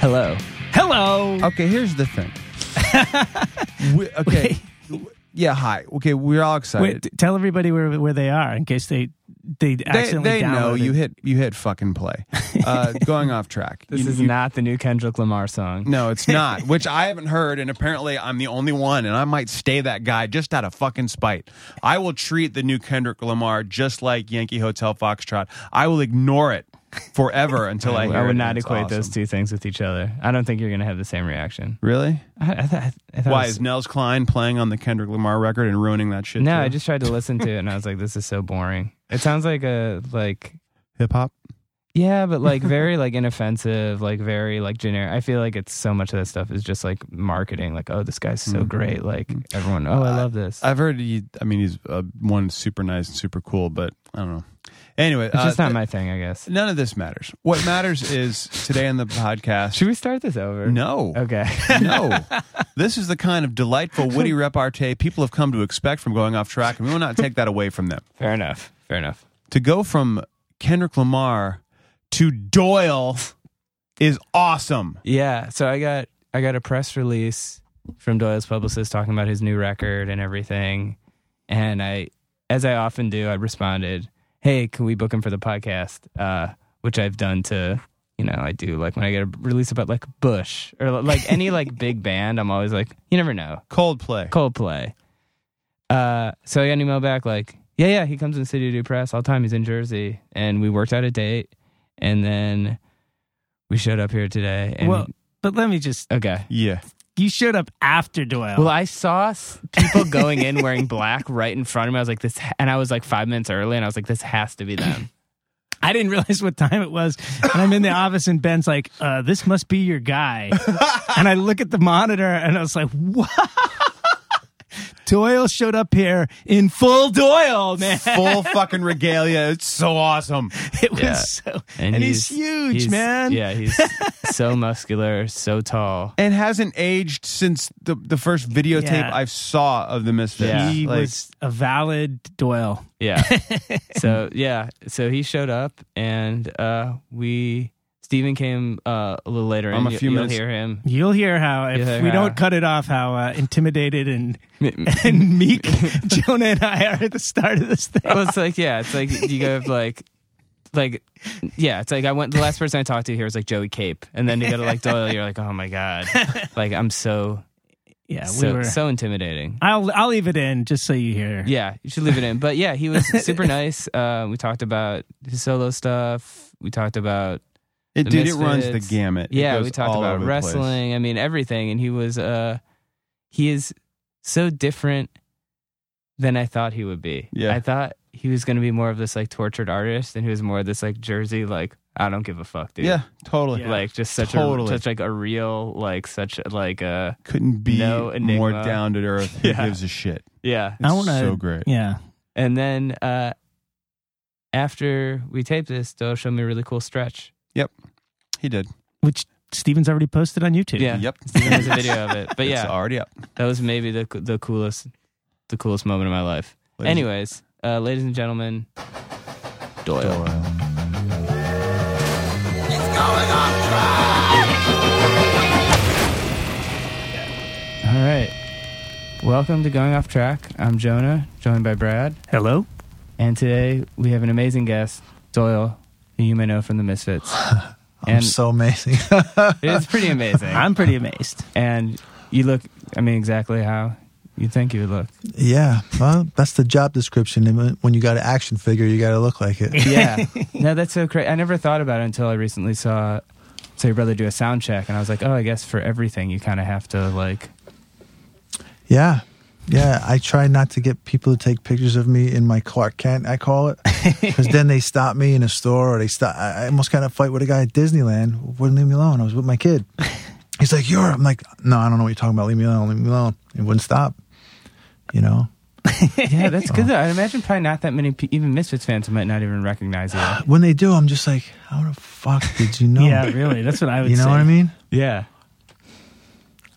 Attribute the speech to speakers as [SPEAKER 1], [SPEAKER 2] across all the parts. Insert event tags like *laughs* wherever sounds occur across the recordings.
[SPEAKER 1] hello.
[SPEAKER 2] Hello.
[SPEAKER 3] Okay, here's the
[SPEAKER 1] *laughs*
[SPEAKER 3] thing. we, okay. Yeah, hi. Okay, we're all excited.
[SPEAKER 2] Wait, t- tell everybody where where they are in case they they,
[SPEAKER 3] they,
[SPEAKER 2] accidentally
[SPEAKER 3] they know
[SPEAKER 2] downloaded.
[SPEAKER 3] you hit you hit fucking
[SPEAKER 1] *laughs*
[SPEAKER 3] play. Uh, going off track.
[SPEAKER 1] This
[SPEAKER 3] You-
[SPEAKER 1] is
[SPEAKER 3] you-
[SPEAKER 1] not the new Kendrick Lamar song.
[SPEAKER 3] No, it's not. which I haven't heard, and apparently I'm the only one, and I might stay that guy just out of fucking spite. I will treat the new Kendrick Lamar just like Yankee Hotel Foxtrot. I will ignore it forever
[SPEAKER 1] *laughs*
[SPEAKER 3] until I.
[SPEAKER 1] I,
[SPEAKER 3] hear
[SPEAKER 1] would
[SPEAKER 3] it,
[SPEAKER 1] not
[SPEAKER 3] and it's
[SPEAKER 1] equate those
[SPEAKER 3] awesome.
[SPEAKER 1] two things with each other. I don't think you're going to have the same reaction.
[SPEAKER 3] Really?
[SPEAKER 1] I, I, th- I thought
[SPEAKER 3] Why
[SPEAKER 1] it was-
[SPEAKER 3] is Nels Klein playing on the Kendrick Lamar record and ruining that shit?
[SPEAKER 1] *laughs* no,
[SPEAKER 3] too?
[SPEAKER 1] I just tried to listen to it and I was like, this is so boring. It sounds like a like
[SPEAKER 3] hip hop.
[SPEAKER 1] yeah, but like very like inoffensive, like very like generic. I feel like it's so much of that stuff is just like marketing. Like oh, this guy's so
[SPEAKER 3] Mhm.
[SPEAKER 1] great. Like everyone, oh, I love this.
[SPEAKER 3] I've heard he. I mean, he's uh, one super nice and super cool, but I don't know. Anyway,
[SPEAKER 1] It's just
[SPEAKER 3] uh,
[SPEAKER 1] not my thing, I guess.
[SPEAKER 3] none of this matters. What matters is today on the
[SPEAKER 1] *laughs*
[SPEAKER 3] podcast.
[SPEAKER 1] Should we start this over?
[SPEAKER 3] No.
[SPEAKER 1] Okay.
[SPEAKER 3] No. this is the kind of delightful, witty repartee people have come to expect from going off track, and we will not take that away from them.
[SPEAKER 1] *laughs* Fair enough. Fair enough.
[SPEAKER 3] To go from Kendrick Lamar to Doyle is awesome.
[SPEAKER 1] Yeah. So I got I got a press release from Doyle's publicist talking about his new record and everything. And I, as I often do, I responded, "Hey, can we book him for the podcast?" Uh, which I've done to you know I do like when I get a release about like Bush or like any like big band. I'm always like, you never know.
[SPEAKER 3] Coldplay.
[SPEAKER 1] Coldplay. Uh, so I got an email back like, yeah, yeah, he comes in the city to do press all the time. He's in Jersey, and we worked out a date, and then we showed up here today. And
[SPEAKER 2] Well, but let me just
[SPEAKER 1] okay. *laughs*
[SPEAKER 3] Yeah.
[SPEAKER 2] you showed up after Doyle.
[SPEAKER 1] Well, I saw s- people going in wearing black right in front of me. I was like, this, and I was like five minutes early, and I was like, this has to be them.
[SPEAKER 2] I didn't realize what time it was. And I'm in the office, and Ben's like, uh, this must be your guy. and I look at the monitor, and I was like, what? Doyle showed up here in full Doyle,
[SPEAKER 3] *laughs*
[SPEAKER 2] man.
[SPEAKER 3] Full fucking regalia. It's so awesome.
[SPEAKER 2] It was
[SPEAKER 1] Yeah.
[SPEAKER 2] so. And, he's, huge,
[SPEAKER 1] he's-
[SPEAKER 2] man.
[SPEAKER 1] Yeah, he's
[SPEAKER 3] *laughs*
[SPEAKER 1] so muscular, so tall.
[SPEAKER 3] And hasn't aged since the, the first videotape
[SPEAKER 2] Yeah.
[SPEAKER 3] I saw of the Misfits.
[SPEAKER 1] Yeah.
[SPEAKER 2] He
[SPEAKER 3] Like,
[SPEAKER 2] was a valid Doyle.
[SPEAKER 3] *laughs*
[SPEAKER 1] Yeah. so yeah, so he showed up, and uh, we Stephen came uh, a little later.
[SPEAKER 3] I'm
[SPEAKER 1] and
[SPEAKER 3] a
[SPEAKER 1] you-
[SPEAKER 3] few
[SPEAKER 1] you'll
[SPEAKER 3] minutes-
[SPEAKER 1] hear him.
[SPEAKER 2] You'll hear how, if
[SPEAKER 1] Yeah.
[SPEAKER 2] we don't cut it off, how uh, intimidated
[SPEAKER 1] *laughs*
[SPEAKER 2] and, and meek Jonah and I are at the start of this
[SPEAKER 1] *laughs*
[SPEAKER 2] thing.
[SPEAKER 1] well, it's like yeah, it's like you go like. Like, yeah, it's like I went. The last person I talked to here was like Joey Cape, and then you go to like Doyle. You're like, oh my god, like I'm so
[SPEAKER 2] Yeah, we
[SPEAKER 1] so
[SPEAKER 2] were.
[SPEAKER 1] so intimidating.
[SPEAKER 2] I'll I'll leave it in just so you hear.
[SPEAKER 1] *laughs* Yeah, you should leave it in. But yeah,
[SPEAKER 3] *laughs*
[SPEAKER 1] he was super nice. Uh, we talked about his solo stuff. We talked about
[SPEAKER 3] it,
[SPEAKER 1] The
[SPEAKER 3] dude, it runs the
[SPEAKER 1] Misfits.
[SPEAKER 3] gamut. It
[SPEAKER 1] yeah,
[SPEAKER 3] goes
[SPEAKER 1] we talked
[SPEAKER 3] all
[SPEAKER 1] about
[SPEAKER 3] over the place.
[SPEAKER 1] wrestling. I mean, everything. And he was uh, he is so different than I thought he would be.
[SPEAKER 3] Yeah.
[SPEAKER 1] I thought he was going to be more of this like tortured artist, and he was more of this like Jersey like I don't give a fuck, dude.
[SPEAKER 3] Yeah, totally.
[SPEAKER 2] Yeah.
[SPEAKER 1] Like just such
[SPEAKER 3] Totally.
[SPEAKER 1] a such like a real like such like uh
[SPEAKER 3] Couldn't be
[SPEAKER 1] No
[SPEAKER 3] more
[SPEAKER 1] enigma.
[SPEAKER 3] down to earth. Who
[SPEAKER 1] Yeah.
[SPEAKER 3] gives a shit?
[SPEAKER 1] yeah.
[SPEAKER 3] It's
[SPEAKER 2] I wanna-
[SPEAKER 3] so great.
[SPEAKER 2] Yeah.
[SPEAKER 1] And then uh after we taped this, Doe showed me a really cool stretch.
[SPEAKER 3] He did.
[SPEAKER 2] Which Steven's already posted on YouTube.
[SPEAKER 1] Yeah.
[SPEAKER 3] Yep.
[SPEAKER 1] There's a video of it, *laughs*
[SPEAKER 3] *laughs*
[SPEAKER 1] but
[SPEAKER 3] It's
[SPEAKER 1] yeah,
[SPEAKER 3] already up.
[SPEAKER 1] that was maybe the the coolest the coolest moment of my life.
[SPEAKER 3] Ladies-
[SPEAKER 1] Anyways, uh, ladies and gentlemen, Doyle. All right. Welcome to Going Off Track. I'm Jonah, joined by Brad,
[SPEAKER 2] Hello.
[SPEAKER 1] and today we have an amazing guest, Doyle, who you may know from the Misfits.
[SPEAKER 4] I'm
[SPEAKER 1] And-
[SPEAKER 4] so
[SPEAKER 2] *laughs*
[SPEAKER 4] amazing.
[SPEAKER 1] *laughs* It's pretty amazing.
[SPEAKER 2] I'm pretty amazed.
[SPEAKER 1] and you look, I mean, exactly how you think you would look.
[SPEAKER 4] yeah, well, that's the job description. And when- When you got an action figure, you got to look like
[SPEAKER 2] *laughs*
[SPEAKER 4] it.
[SPEAKER 1] Yeah. no, that's so crazy. I never thought about it until I recently saw, saw your brother do a sound check, and I was like, oh, I guess for everything you kind of have to like.
[SPEAKER 4] Yeah, yeah. I try not to get people to take pictures of me in my Clark Kent. I
[SPEAKER 2] *laughs*
[SPEAKER 4] call it because then they stop me in a store or they stop. I I almost got in a fight with a guy at Disneyland. Wouldn't leave me alone. I was with
[SPEAKER 2] *laughs*
[SPEAKER 4] my kid. He's like, "You're." I'm like, "No, I don't know what you're talking about. Leave me alone. Leave me alone." It wouldn't stop. You know.
[SPEAKER 1] Yeah, that's good. Though. I imagine probably not that many, pe- even Misfits fans might not even recognize you.
[SPEAKER 4] When they do, I'm just like, "How the fuck did you know?"
[SPEAKER 2] Yeah, really. That's what I would
[SPEAKER 4] you know
[SPEAKER 2] say.
[SPEAKER 4] what I mean?
[SPEAKER 1] Yeah.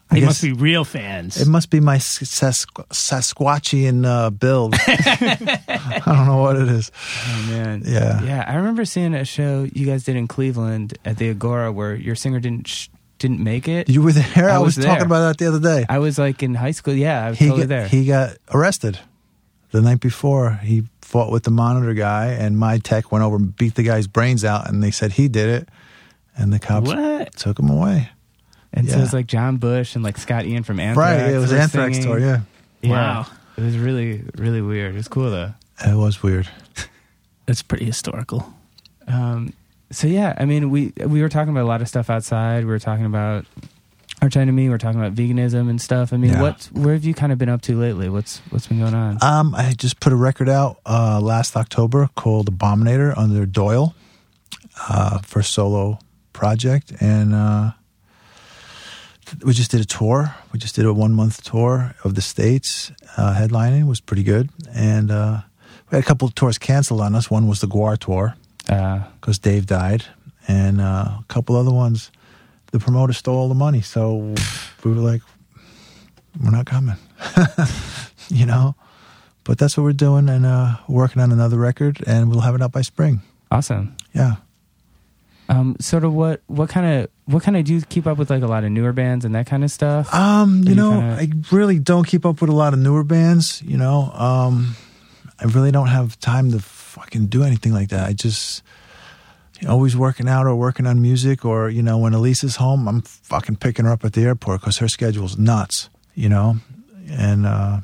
[SPEAKER 4] I
[SPEAKER 2] They
[SPEAKER 4] guess-
[SPEAKER 2] must be real fans.
[SPEAKER 4] It must be my Sasqu- Sasquatchian
[SPEAKER 1] *laughs*
[SPEAKER 4] uh, build. *laughs* I don't know what it is.
[SPEAKER 1] Oh man.
[SPEAKER 4] Yeah.
[SPEAKER 1] Yeah. I remember seeing a show you guys did in Cleveland at the Agora where your singer didn't sh- didn't make it.
[SPEAKER 4] You were there.
[SPEAKER 1] I
[SPEAKER 4] I,
[SPEAKER 1] was
[SPEAKER 4] was,
[SPEAKER 1] there.
[SPEAKER 4] talking about that the other day.
[SPEAKER 1] I was like in high school. Yeah, I was
[SPEAKER 4] he
[SPEAKER 1] totally
[SPEAKER 4] got,
[SPEAKER 1] there.
[SPEAKER 4] He got arrested the night before. He fought with the monitor guy, and my tech went over and beat the guy's brains out, and they said he did it, and the cops
[SPEAKER 2] What?
[SPEAKER 4] took him away.
[SPEAKER 1] and so it
[SPEAKER 4] yeah.
[SPEAKER 1] was like John Bush and like Scott Ian from Anthrax.
[SPEAKER 4] Right? It was
[SPEAKER 1] were
[SPEAKER 4] Anthrax
[SPEAKER 1] singing.
[SPEAKER 4] tour. Yeah,
[SPEAKER 1] Yeah.
[SPEAKER 2] Wow.
[SPEAKER 1] It was really, really weird. It was cool though.
[SPEAKER 4] it was weird.
[SPEAKER 2] That's pretty historical.
[SPEAKER 1] Um, so yeah, I mean, we we were talking about a lot of stuff outside. We were talking about our China Me. We were talking about veganism and stuff. I mean,
[SPEAKER 4] Yeah.
[SPEAKER 1] what where have you kind of been up to lately? What's what's been going on?
[SPEAKER 4] Um, I just put a record out uh, last October called Abominator under Doyle uh, for solo project, and uh, we just did a tour. We just did a one month tour of the states. Uh, headlining was pretty good, and uh, we had a couple of tours canceled on us. One was the Guar tour
[SPEAKER 1] Uh,
[SPEAKER 4] because Dave died, and uh, a couple other ones. The promoter stole all the money, so we were like, "We're not coming," *laughs* you know. But that's what we're doing, and uh, working on another record, and we'll have it out by spring.
[SPEAKER 1] awesome.
[SPEAKER 4] Yeah,
[SPEAKER 1] Um, sort of what what kind of what kind of do you keep up with like a lot of newer bands and that kind of stuff?
[SPEAKER 4] um,
[SPEAKER 1] you
[SPEAKER 4] you know,
[SPEAKER 1] kinda-
[SPEAKER 4] I really don't keep up with a lot of newer bands. You know, um, I really don't have time to fucking do anything like that. I just you know, always working out or working on music, or you know, when Elise is home, I'm fucking picking her up at the airport because her schedule's nuts. You know, and uh,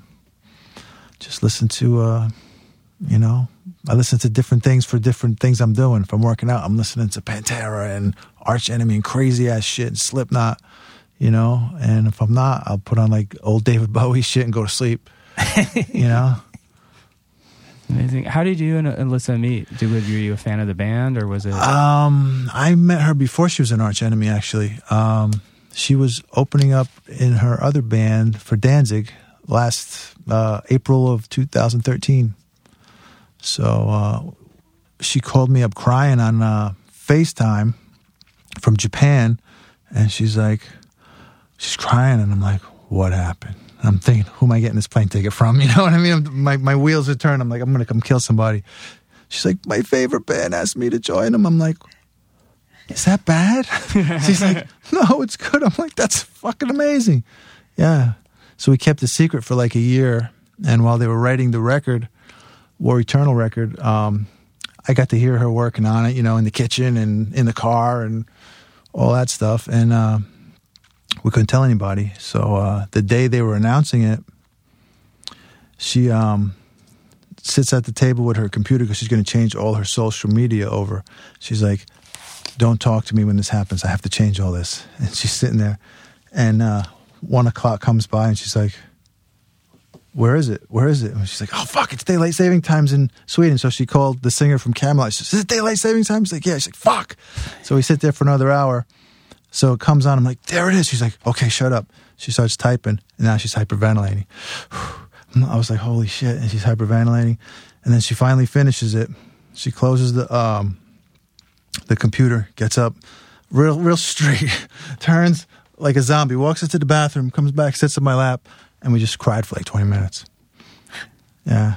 [SPEAKER 4] just listen to, uh, you know, I listen to different things for different things I'm doing. If I'm working out, I'm listening to Pantera and Arch Enemy and crazy ass shit and Slipknot. You know, and if I'm not, I'll put on like old David Bowie shit and go to sleep. you know.
[SPEAKER 1] Amazing. How did you and Alyssa meet? Did, were you a fan of the band or was it?
[SPEAKER 4] Um, I met her before she was an arch enemy. Actually, um, she was opening up in her other band for Danzig last uh, April of 2013. So uh, she called me up crying on uh, FaceTime from Japan, and she's like, she's crying, and I'm like, what happened? And I'm thinking, who am I getting this plane ticket from? *laughs* You know what I mean? I'm, my my wheels are turned. I'm like, I'm gonna come kill somebody. She's like, my favorite band asked me to join them. I'm like, is that bad? *laughs* She's like, no, it's good. I'm like, that's fucking amazing. Yeah. So we kept the secret for like a year. And while they were writing the record, War Eternal record, um, I got to hear her working on it, you know, in the kitchen and in the car and all that stuff. And uh, we couldn't tell anybody. So uh, the day they were announcing it, she um, sits at the table with her computer because she's going to change all her social media over. She's like, "Don't talk to me when this happens. I have to change all this." *laughs* And she's sitting there, and uh, one o'clock comes by, and she's like, "Where is it? Where is it?" And she's like, "Oh fuck, it's daylight saving times in Sweden." So she called the singer from Camelot. She says, "Is it daylight saving time?" She's like, "Yeah." She's like, "Fuck." So we sit there for another hour. So it comes on. I'm like, "There it is." She's like, "Okay, shut up." She starts typing, and now she's hyperventilating. I was like, holy shit. And she's hyperventilating. And then she finally finishes it. She closes the um the computer, gets up, real real *laughs* straight, turns like a zombie, walks into the bathroom, comes back, sits on my lap, and we just cried for like twenty minutes. Yeah.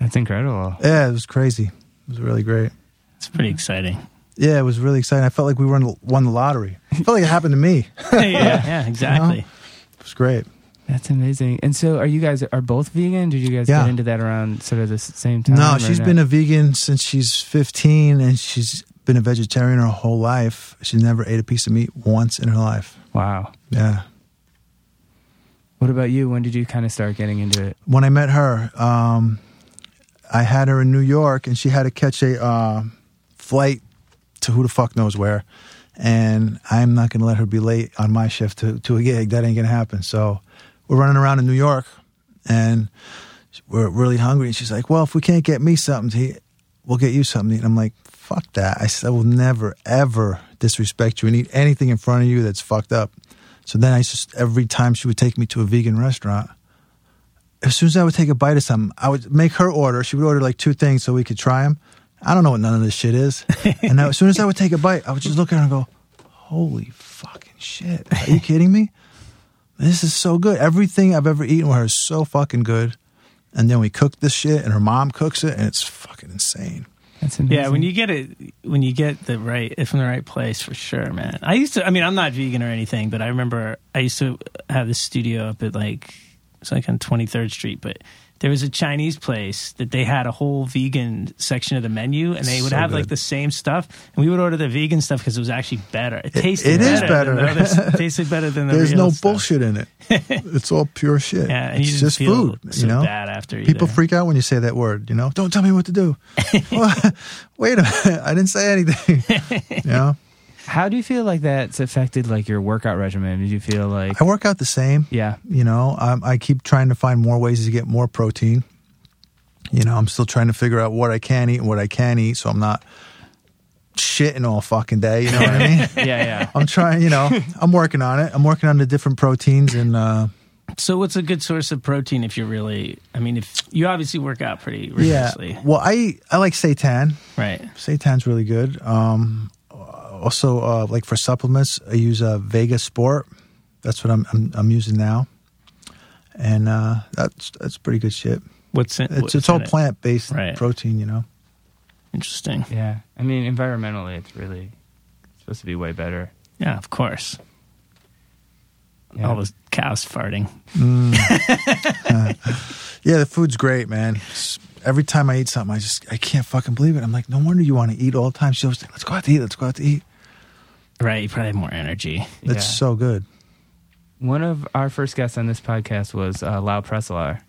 [SPEAKER 1] That's incredible.
[SPEAKER 4] Yeah, it was crazy. It was really great.
[SPEAKER 2] It's pretty exciting. *laughs*
[SPEAKER 4] Yeah, it was really exciting. I felt like we won, won the lottery. I felt like it happened to me.
[SPEAKER 2] yeah, yeah, exactly.
[SPEAKER 4] It was great.
[SPEAKER 1] That's amazing. And so, are you guys are both vegan? Did you guys
[SPEAKER 4] Yeah.
[SPEAKER 1] get into that around sort of the s- same time?
[SPEAKER 4] No,
[SPEAKER 1] or
[SPEAKER 4] she's
[SPEAKER 1] not?
[SPEAKER 4] been a vegan since she's 15 and she's been a vegetarian her whole life. She never ate a piece of meat once in her life.
[SPEAKER 1] wow.
[SPEAKER 4] Yeah.
[SPEAKER 1] What about you? When did you kind of start getting into it?
[SPEAKER 4] When I met her, um, I had her in New York and she had to catch a uh, flight to who the fuck knows where. And I'm not going to let her be late on my shift to, to a gig. That ain't going to happen. So we're running around in New York and we're really hungry. And she's like, Well, if we can't get me something to eat, we'll get you something to eat. And I'm like, Fuck that. I said, I will never, ever disrespect you and eat anything in front of you that's fucked up. So then I just, every time she would take me to a vegan restaurant, as soon as I would take a bite of something, I would make her order. She would order like two things so we could try them. I don't know what none of this
[SPEAKER 2] *laughs*
[SPEAKER 4] shit is. And I, as soon as I would take a bite, I would just look at her and go, Holy fucking shit. Are you kidding me? This is so good. Everything I've ever eaten with her is so fucking good. And then we cook this shit, and her mom cooks it, and it's fucking insane.
[SPEAKER 1] That's amazing.
[SPEAKER 2] Yeah, when you get it, when you get the right, if in the right place, for sure, man. I used to, I mean, I'm not vegan or anything, but I remember I used to have this studio up at like, it's like on 23rd Street, but there was a Chinese place that they had a whole vegan section of the menu, and they would
[SPEAKER 4] So
[SPEAKER 2] have like
[SPEAKER 4] good.
[SPEAKER 2] the same stuff, and we would order the vegan stuff because it was actually better. It tasted
[SPEAKER 4] it is
[SPEAKER 2] better. than
[SPEAKER 4] better.
[SPEAKER 2] the
[SPEAKER 4] *laughs*
[SPEAKER 2] other- it tasted better than the
[SPEAKER 4] There's
[SPEAKER 2] real
[SPEAKER 4] no
[SPEAKER 2] stuff.
[SPEAKER 4] bullshit
[SPEAKER 2] *laughs*
[SPEAKER 4] in it. It's all pure shit.
[SPEAKER 2] Yeah, and
[SPEAKER 4] it's
[SPEAKER 2] you didn't
[SPEAKER 4] just
[SPEAKER 2] feel
[SPEAKER 4] food.
[SPEAKER 2] so
[SPEAKER 4] you know,
[SPEAKER 2] bad after
[SPEAKER 4] people
[SPEAKER 2] either.
[SPEAKER 4] freak out when you say that word. You know, don't tell me what
[SPEAKER 1] *laughs*
[SPEAKER 4] to do. Well, *laughs* Wait a minute, I didn't say anything.
[SPEAKER 1] *laughs*
[SPEAKER 4] you know,
[SPEAKER 1] How do you feel like that's affected like your workout regimen? Did you feel like
[SPEAKER 4] I work out the same.
[SPEAKER 1] yeah,
[SPEAKER 4] You know, I'm, I keep trying to find more ways to get more protein. You know, I'm still trying to figure out what I can eat and what I can't eat, so I'm not shitting all fucking day. You know what I mean?
[SPEAKER 1] *laughs* yeah, yeah?
[SPEAKER 4] *laughs* I'm trying. You know, I'm working on it. I'm working on the different proteins and. uh
[SPEAKER 2] So, what's a good source of protein if you're really? I mean, if you obviously work out pretty rigorously,
[SPEAKER 4] Yeah. Well, I I like seitan.
[SPEAKER 2] right?
[SPEAKER 4] Seitan's really good. Um, also, uh, like for supplements, I use uh, Vega Sport. That's what I'm I'm, I'm using now, and uh, that's that's pretty good shit.
[SPEAKER 2] What's in?
[SPEAKER 4] It's
[SPEAKER 2] what's
[SPEAKER 4] it's all
[SPEAKER 2] in it?
[SPEAKER 4] plant based
[SPEAKER 2] Right.
[SPEAKER 4] protein, you know.
[SPEAKER 2] Interesting.
[SPEAKER 1] Yeah. I mean, environmentally, it's really supposed to be way better.
[SPEAKER 2] Yeah, of course.
[SPEAKER 1] Yeah.
[SPEAKER 2] All those cows farting.
[SPEAKER 4] Yeah, the food's great, man. It's- every time I eat something, I just I can't fucking believe it. I'm like, no wonder you want to eat all the time. She always like, let's go out to eat. Let's go out to eat.
[SPEAKER 2] Right, you probably have more energy.
[SPEAKER 4] It's
[SPEAKER 1] Yeah.
[SPEAKER 4] so good.
[SPEAKER 1] One of our first guests on this podcast was uh, Lau Presselar,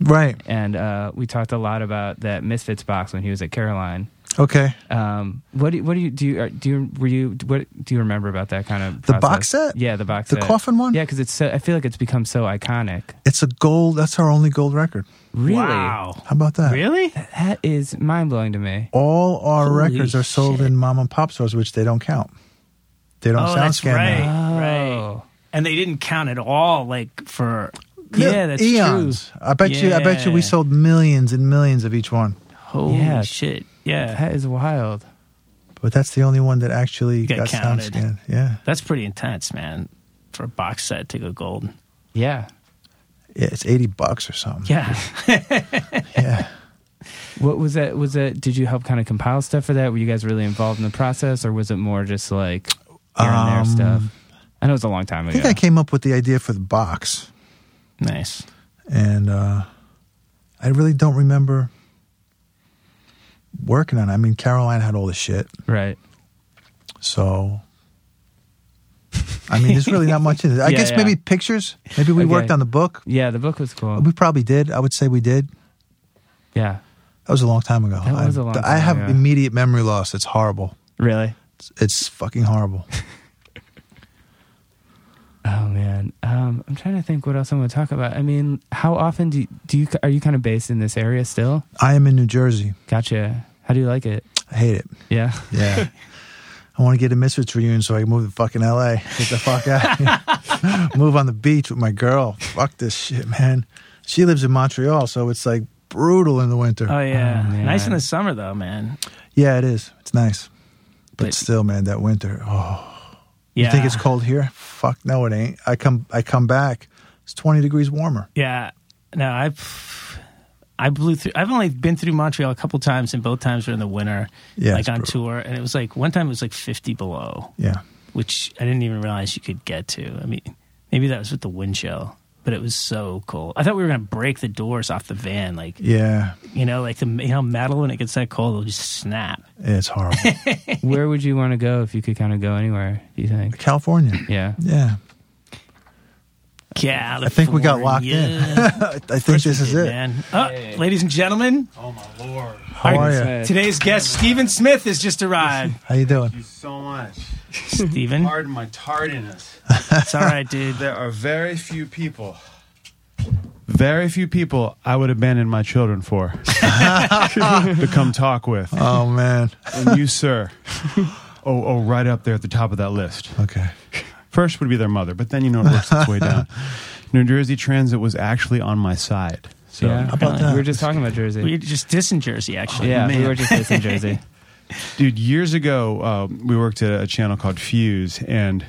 [SPEAKER 4] Right.
[SPEAKER 1] and uh, we talked a lot about that Misfits box when he was at Caroline.
[SPEAKER 4] Okay.
[SPEAKER 1] Um, what do, what do you do? You, are- do you were you what do you remember about that kind of
[SPEAKER 4] The
[SPEAKER 1] process?
[SPEAKER 4] box set?
[SPEAKER 1] Yeah, the box
[SPEAKER 4] The
[SPEAKER 1] set.
[SPEAKER 4] coffin one?
[SPEAKER 1] Yeah, because it's so, I feel like it's become so iconic.
[SPEAKER 4] It's a gold. That's our only gold record.
[SPEAKER 1] Really,
[SPEAKER 2] Wow.
[SPEAKER 4] How about that?
[SPEAKER 2] Really?
[SPEAKER 1] that is mind blowing to me.
[SPEAKER 4] all our
[SPEAKER 2] Holy
[SPEAKER 4] records are sold
[SPEAKER 2] shit.
[SPEAKER 4] in mom and pop stores, which they don't count. They don't
[SPEAKER 2] Oh,
[SPEAKER 4] sound
[SPEAKER 2] that's
[SPEAKER 4] scan
[SPEAKER 2] right.
[SPEAKER 4] now.
[SPEAKER 1] Oh,
[SPEAKER 2] Right. And they didn't count at all, like for. Yeah, that's
[SPEAKER 4] eons. I bet you. I bet you. We
[SPEAKER 2] Yeah.
[SPEAKER 4] sold millions and millions of each one,
[SPEAKER 2] true. Holy
[SPEAKER 1] Yeah.
[SPEAKER 2] shit. Yeah.
[SPEAKER 1] That is wild.
[SPEAKER 4] but that's the only one that actually
[SPEAKER 2] Got
[SPEAKER 4] got, sound
[SPEAKER 2] counted.
[SPEAKER 4] scanned. Yeah,
[SPEAKER 2] That's pretty intense, man, for a box set to go gold.
[SPEAKER 1] Yeah.
[SPEAKER 4] yeah. It's eighty bucks or something.
[SPEAKER 2] Yeah.
[SPEAKER 4] Yeah.
[SPEAKER 1] What was that? Was that? Did you help kind of compile stuff for that? Were you guys really involved in the process, or was it more just like here and there
[SPEAKER 4] Um,
[SPEAKER 1] stuff? I know it's a long time
[SPEAKER 4] I
[SPEAKER 1] ago.
[SPEAKER 4] think I came up with the idea for the box,
[SPEAKER 2] *laughs* nice.
[SPEAKER 4] and uh, I really don't remember working on it. I mean, Caroline had all the shit,
[SPEAKER 1] right.
[SPEAKER 4] so. I mean, there's really not much in it. I
[SPEAKER 1] *laughs* Yeah,
[SPEAKER 4] guess
[SPEAKER 1] yeah.
[SPEAKER 4] maybe pictures. Maybe we
[SPEAKER 1] Okay.
[SPEAKER 4] worked on the book.
[SPEAKER 1] Yeah, the book was cool.
[SPEAKER 4] We probably did. I would say we did.
[SPEAKER 1] Yeah.
[SPEAKER 4] That was a long time ago.
[SPEAKER 1] That was
[SPEAKER 4] I-
[SPEAKER 1] a long
[SPEAKER 4] I
[SPEAKER 1] time
[SPEAKER 4] have
[SPEAKER 1] ago.
[SPEAKER 4] immediate memory loss. It's horrible.
[SPEAKER 1] Really?
[SPEAKER 4] It's, it's fucking horrible.
[SPEAKER 1] Oh man. Um, I'm trying to think what else I want to talk about. I mean, how often do you, do you are you kind of based in this area still?
[SPEAKER 4] I am in New Jersey.
[SPEAKER 1] Gotcha. How do you like it?
[SPEAKER 4] I hate it. *laughs*
[SPEAKER 1] Yeah. *laughs*
[SPEAKER 4] Yeah. I want to get a Misfits reunion so I can move to fucking LA. Get the fuck out. *laughs* move on the beach with my girl. Fuck this shit, man. She lives in Montreal, so it's like brutal in the winter.
[SPEAKER 2] Oh, yeah.
[SPEAKER 1] Oh, man.
[SPEAKER 2] nice in the summer, though, man.
[SPEAKER 4] yeah, it is. It's nice. But,
[SPEAKER 2] But-
[SPEAKER 4] still, man, that winter. Oh,
[SPEAKER 2] Yeah.
[SPEAKER 4] you think it's cold here? Fuck no, it ain't. I come, I come back. It's twenty degrees warmer.
[SPEAKER 2] Yeah. No, I've I blew through. I've only been through Montreal a couple times, and both times were in the winter,
[SPEAKER 4] Yeah,
[SPEAKER 2] like
[SPEAKER 4] it's
[SPEAKER 2] on
[SPEAKER 4] brutal.
[SPEAKER 2] tour. And it was like one time it was like fifty below,
[SPEAKER 4] Yeah.
[SPEAKER 2] which I didn't even realize you could get to. I mean, maybe that was with the wind chill, but it was so cold. I thought we were gonna break the doors off the van, like
[SPEAKER 4] Yeah.
[SPEAKER 2] you know, like the you know metal when it gets that cold, it'll just snap. *laughs*
[SPEAKER 4] It's horrible.
[SPEAKER 1] Where would you want to go if you could kind of go anywhere? Do you think?
[SPEAKER 4] California.
[SPEAKER 1] Yeah.
[SPEAKER 4] Yeah.
[SPEAKER 2] California.
[SPEAKER 4] I think we got locked in. *laughs* I think this is it.
[SPEAKER 2] Man. Oh, ladies and gentlemen,
[SPEAKER 3] Oh my lord!
[SPEAKER 4] How
[SPEAKER 2] Our-
[SPEAKER 4] are you?
[SPEAKER 1] Hey.
[SPEAKER 2] today's guest Stephen Smith has just
[SPEAKER 4] *laughs*
[SPEAKER 2] arrived.
[SPEAKER 4] How you doing?
[SPEAKER 3] Thank you so much.
[SPEAKER 2] Stephen,
[SPEAKER 3] Pardon my tardiness.
[SPEAKER 2] it's all right, dude.
[SPEAKER 3] There are very few people. Very few people I would abandon my children *laughs* for to come talk with.
[SPEAKER 4] Oh man.
[SPEAKER 3] And you, sir, oh, oh, right up there at the top of that list.
[SPEAKER 4] Okay.
[SPEAKER 3] First would be their mother, but then you know it works its way down. New Jersey Transit was actually on my side. So
[SPEAKER 1] yeah.
[SPEAKER 4] How about that?
[SPEAKER 1] We were just talking about Jersey.
[SPEAKER 2] We just dissed in Jersey,
[SPEAKER 4] Oh,
[SPEAKER 2] actually.
[SPEAKER 1] yeah, we
[SPEAKER 3] man.
[SPEAKER 1] were
[SPEAKER 4] *laughs*
[SPEAKER 1] just based in Jersey.
[SPEAKER 3] Dude, years ago, um, we worked at a channel called Fuse, and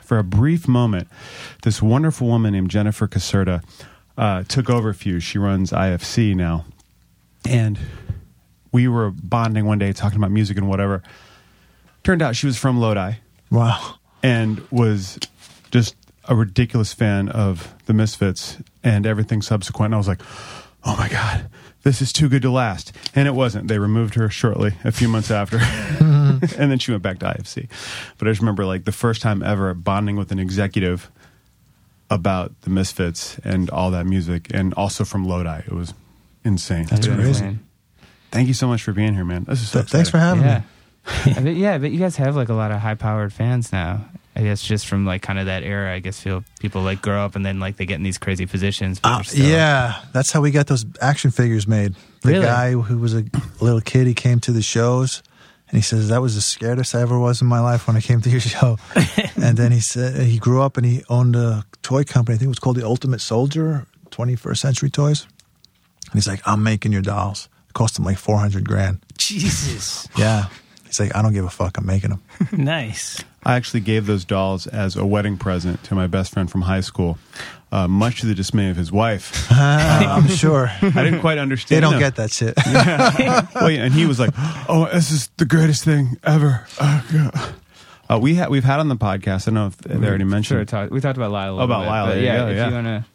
[SPEAKER 3] for a brief moment, this wonderful woman named Jennifer Caserta uh, took over Fuse. She runs IFC now, and we were bonding one day talking about music and whatever. Turned out she was from Lodi
[SPEAKER 4] Wow.
[SPEAKER 3] and was just a ridiculous fan of the Misfits and everything subsequent. And I was like, oh my God, this is too good to last. And it wasn't. They removed her shortly, a few months after. *laughs*
[SPEAKER 4] Mm-hmm.
[SPEAKER 3] and then she went back to IFC. But I just remember like the first time ever bonding with an executive about the Misfits and all that music and also from Lodi. It was insane.
[SPEAKER 1] That's
[SPEAKER 3] Yeah.
[SPEAKER 4] crazy.
[SPEAKER 1] man.
[SPEAKER 3] Thank you so much for being here, man. This is so
[SPEAKER 4] Th- thanks for
[SPEAKER 3] exciting.
[SPEAKER 4] having
[SPEAKER 1] Yeah.
[SPEAKER 4] me.
[SPEAKER 1] Um, *laughs* I bet, yeah, but you guys have like a lot of high powered fans now. I guess just from like kind of that era, I guess feel people like grow up and then like they get in these crazy positions. but
[SPEAKER 4] Uh,
[SPEAKER 1] they're still-
[SPEAKER 4] yeah, that's how we got those action figures made. The
[SPEAKER 1] Really?
[SPEAKER 4] guy who was a little kid, he came to the shows and he says, That was the scaredest I ever was in my life when I came to your *laughs* show. and then he said, He grew up and he owned a toy company. I think it was called the Ultimate Soldier, 21st Century Toys. And he's like, I'm making your dolls. It cost him like 400 grand.
[SPEAKER 2] Jesus.
[SPEAKER 4] Yeah. He's like, I don't give a fuck. I'm making them.
[SPEAKER 2] nice.
[SPEAKER 3] I actually gave those dolls as a wedding present to my best friend from high school, uh, much to the dismay of his wife.
[SPEAKER 4] Uh, I'm sure.
[SPEAKER 3] I didn't quite
[SPEAKER 4] *laughs* They
[SPEAKER 3] understand.
[SPEAKER 4] don't
[SPEAKER 3] them.
[SPEAKER 4] get that shit.
[SPEAKER 3] well, yeah, and he was like, "Oh, this is the greatest thing ever." Oh, God. Uh, we ha- we've had on the podcast. I don't know if they already mentioned.
[SPEAKER 1] Mm, Sure,
[SPEAKER 3] it.
[SPEAKER 1] talk, we talked about Lyle. A little
[SPEAKER 3] About
[SPEAKER 1] bit,
[SPEAKER 3] Lyle,
[SPEAKER 1] but
[SPEAKER 3] yeah,
[SPEAKER 1] yeah.
[SPEAKER 3] yeah,
[SPEAKER 1] if
[SPEAKER 3] yeah.
[SPEAKER 1] you wanna,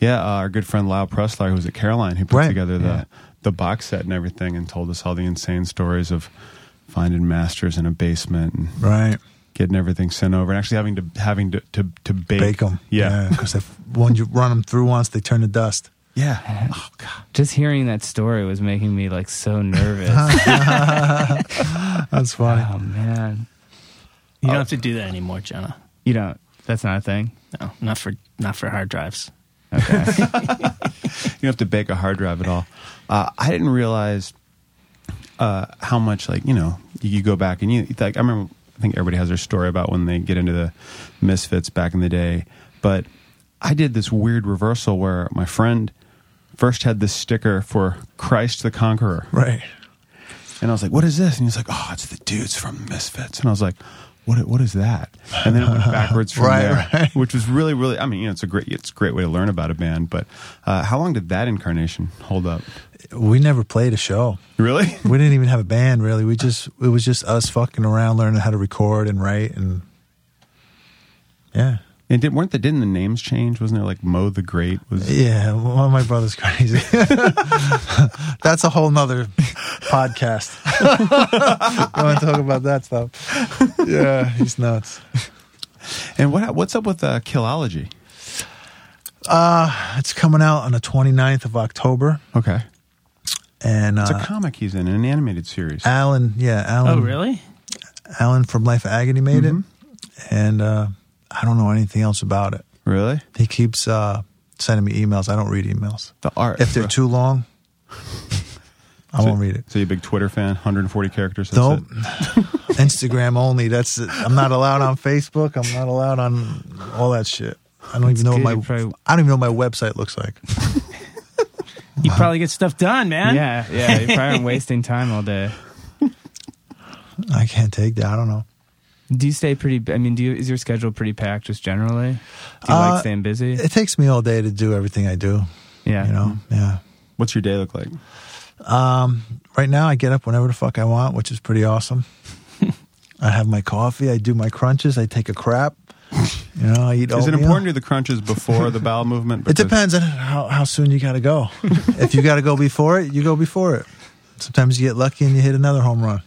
[SPEAKER 3] Yeah, uh, our good friend Lyle Pressler, who was at Caroline, who put
[SPEAKER 4] Right,
[SPEAKER 3] together the
[SPEAKER 1] yeah.
[SPEAKER 3] the box set and everything, and told us all the insane stories of finding masters in a basement and
[SPEAKER 4] *laughs* right.
[SPEAKER 3] getting everything sent over, and actually having to having to to, to bake.
[SPEAKER 4] Bake them.
[SPEAKER 3] Yeah.
[SPEAKER 4] Because if when you run them through once, they turn to dust.
[SPEAKER 3] yeah.
[SPEAKER 1] just hearing that story was making me like so nervous.
[SPEAKER 4] That's funny.
[SPEAKER 1] oh man,
[SPEAKER 2] You
[SPEAKER 4] Oh.
[SPEAKER 2] don't have to do that anymore, Jenna.
[SPEAKER 1] you don't. That's not a thing.
[SPEAKER 2] No, not for not for hard drives.
[SPEAKER 1] Okay.
[SPEAKER 3] you don't have to bake a hard drive at all. Uh, I didn't realize uh, how much, like, you know, you, you go back and you, like, I remember, I think everybody has their story about when they get into the misfits back in the day. But I did this weird reversal where my friend first had this sticker for Christ the Conqueror.
[SPEAKER 4] Right.
[SPEAKER 3] And I was like, what is this? And he's like, oh, it's the dudes from Misfits. And I was like, what, what is that? And then it went backwards from
[SPEAKER 4] *laughs* Right,
[SPEAKER 3] there,
[SPEAKER 4] right.
[SPEAKER 3] which was really, really, I mean, you know, it's a great, it's a great way to learn about a band, but uh, how long did that incarnation hold up?
[SPEAKER 4] We never played a show.
[SPEAKER 3] Really?
[SPEAKER 4] We didn't even have a band really. We just it was just us fucking around learning how to record and write and Yeah.
[SPEAKER 3] And did, weren't the, didn't the names change? Wasn't there like Mo the Great was,
[SPEAKER 4] Yeah, well, my brother's crazy. *laughs* That's a whole nother *laughs* podcast. Go and talk about that stuff. Yeah, he's nuts.
[SPEAKER 3] and what, what's up with uh, Killology?
[SPEAKER 4] It's coming out on the 29th of October.
[SPEAKER 3] Okay.
[SPEAKER 4] And
[SPEAKER 3] It's a
[SPEAKER 4] uh,
[SPEAKER 3] comic he's in, an animated series.
[SPEAKER 4] Alan, yeah, Alan.
[SPEAKER 2] Oh, really?
[SPEAKER 4] uh-huh. Alan from Life of Agony made
[SPEAKER 1] Mm-hmm.
[SPEAKER 4] it. And uh, I don't know anything else about it.
[SPEAKER 3] really?
[SPEAKER 4] He keeps uh, sending me emails. I don't read emails.
[SPEAKER 3] The art.
[SPEAKER 4] If they're too long, I won't read it.
[SPEAKER 3] So you're a big Twitter fan, 140 characters. that's
[SPEAKER 4] Nope. *laughs*
[SPEAKER 3] it?
[SPEAKER 4] Instagram only. That's it. I'm not allowed on Facebook. I'm not allowed on all that shit. I don't even know
[SPEAKER 1] good,
[SPEAKER 4] what my
[SPEAKER 1] you probably-
[SPEAKER 4] I don't even know what my website looks like.
[SPEAKER 2] You probably get stuff done, man.
[SPEAKER 1] yeah, yeah. You're probably *laughs* wasting time all day.
[SPEAKER 4] I can't take that. I don't know.
[SPEAKER 1] Do you stay pretty? I mean, do you, is your schedule pretty packed just generally? Do you
[SPEAKER 4] Uh,
[SPEAKER 1] like staying busy?
[SPEAKER 4] It takes me all day to do everything I do.
[SPEAKER 1] Yeah, Mm-hmm.
[SPEAKER 4] You know. Yeah.
[SPEAKER 3] What's your day look like?
[SPEAKER 4] Um, Right now, I get up whenever the fuck I want, which is
[SPEAKER 3] *laughs*
[SPEAKER 4] pretty awesome. I have my coffee. I do my crunches. I take a crap. You know, I eat.
[SPEAKER 3] Is it
[SPEAKER 4] oatmeal.
[SPEAKER 3] important to do the crunches before the bowel movement?
[SPEAKER 4] It
[SPEAKER 3] Because-
[SPEAKER 4] depends on how, how soon you got
[SPEAKER 3] *laughs*
[SPEAKER 4] to go. if you got to go before it, you go before it. Sometimes you get lucky and you hit another home run.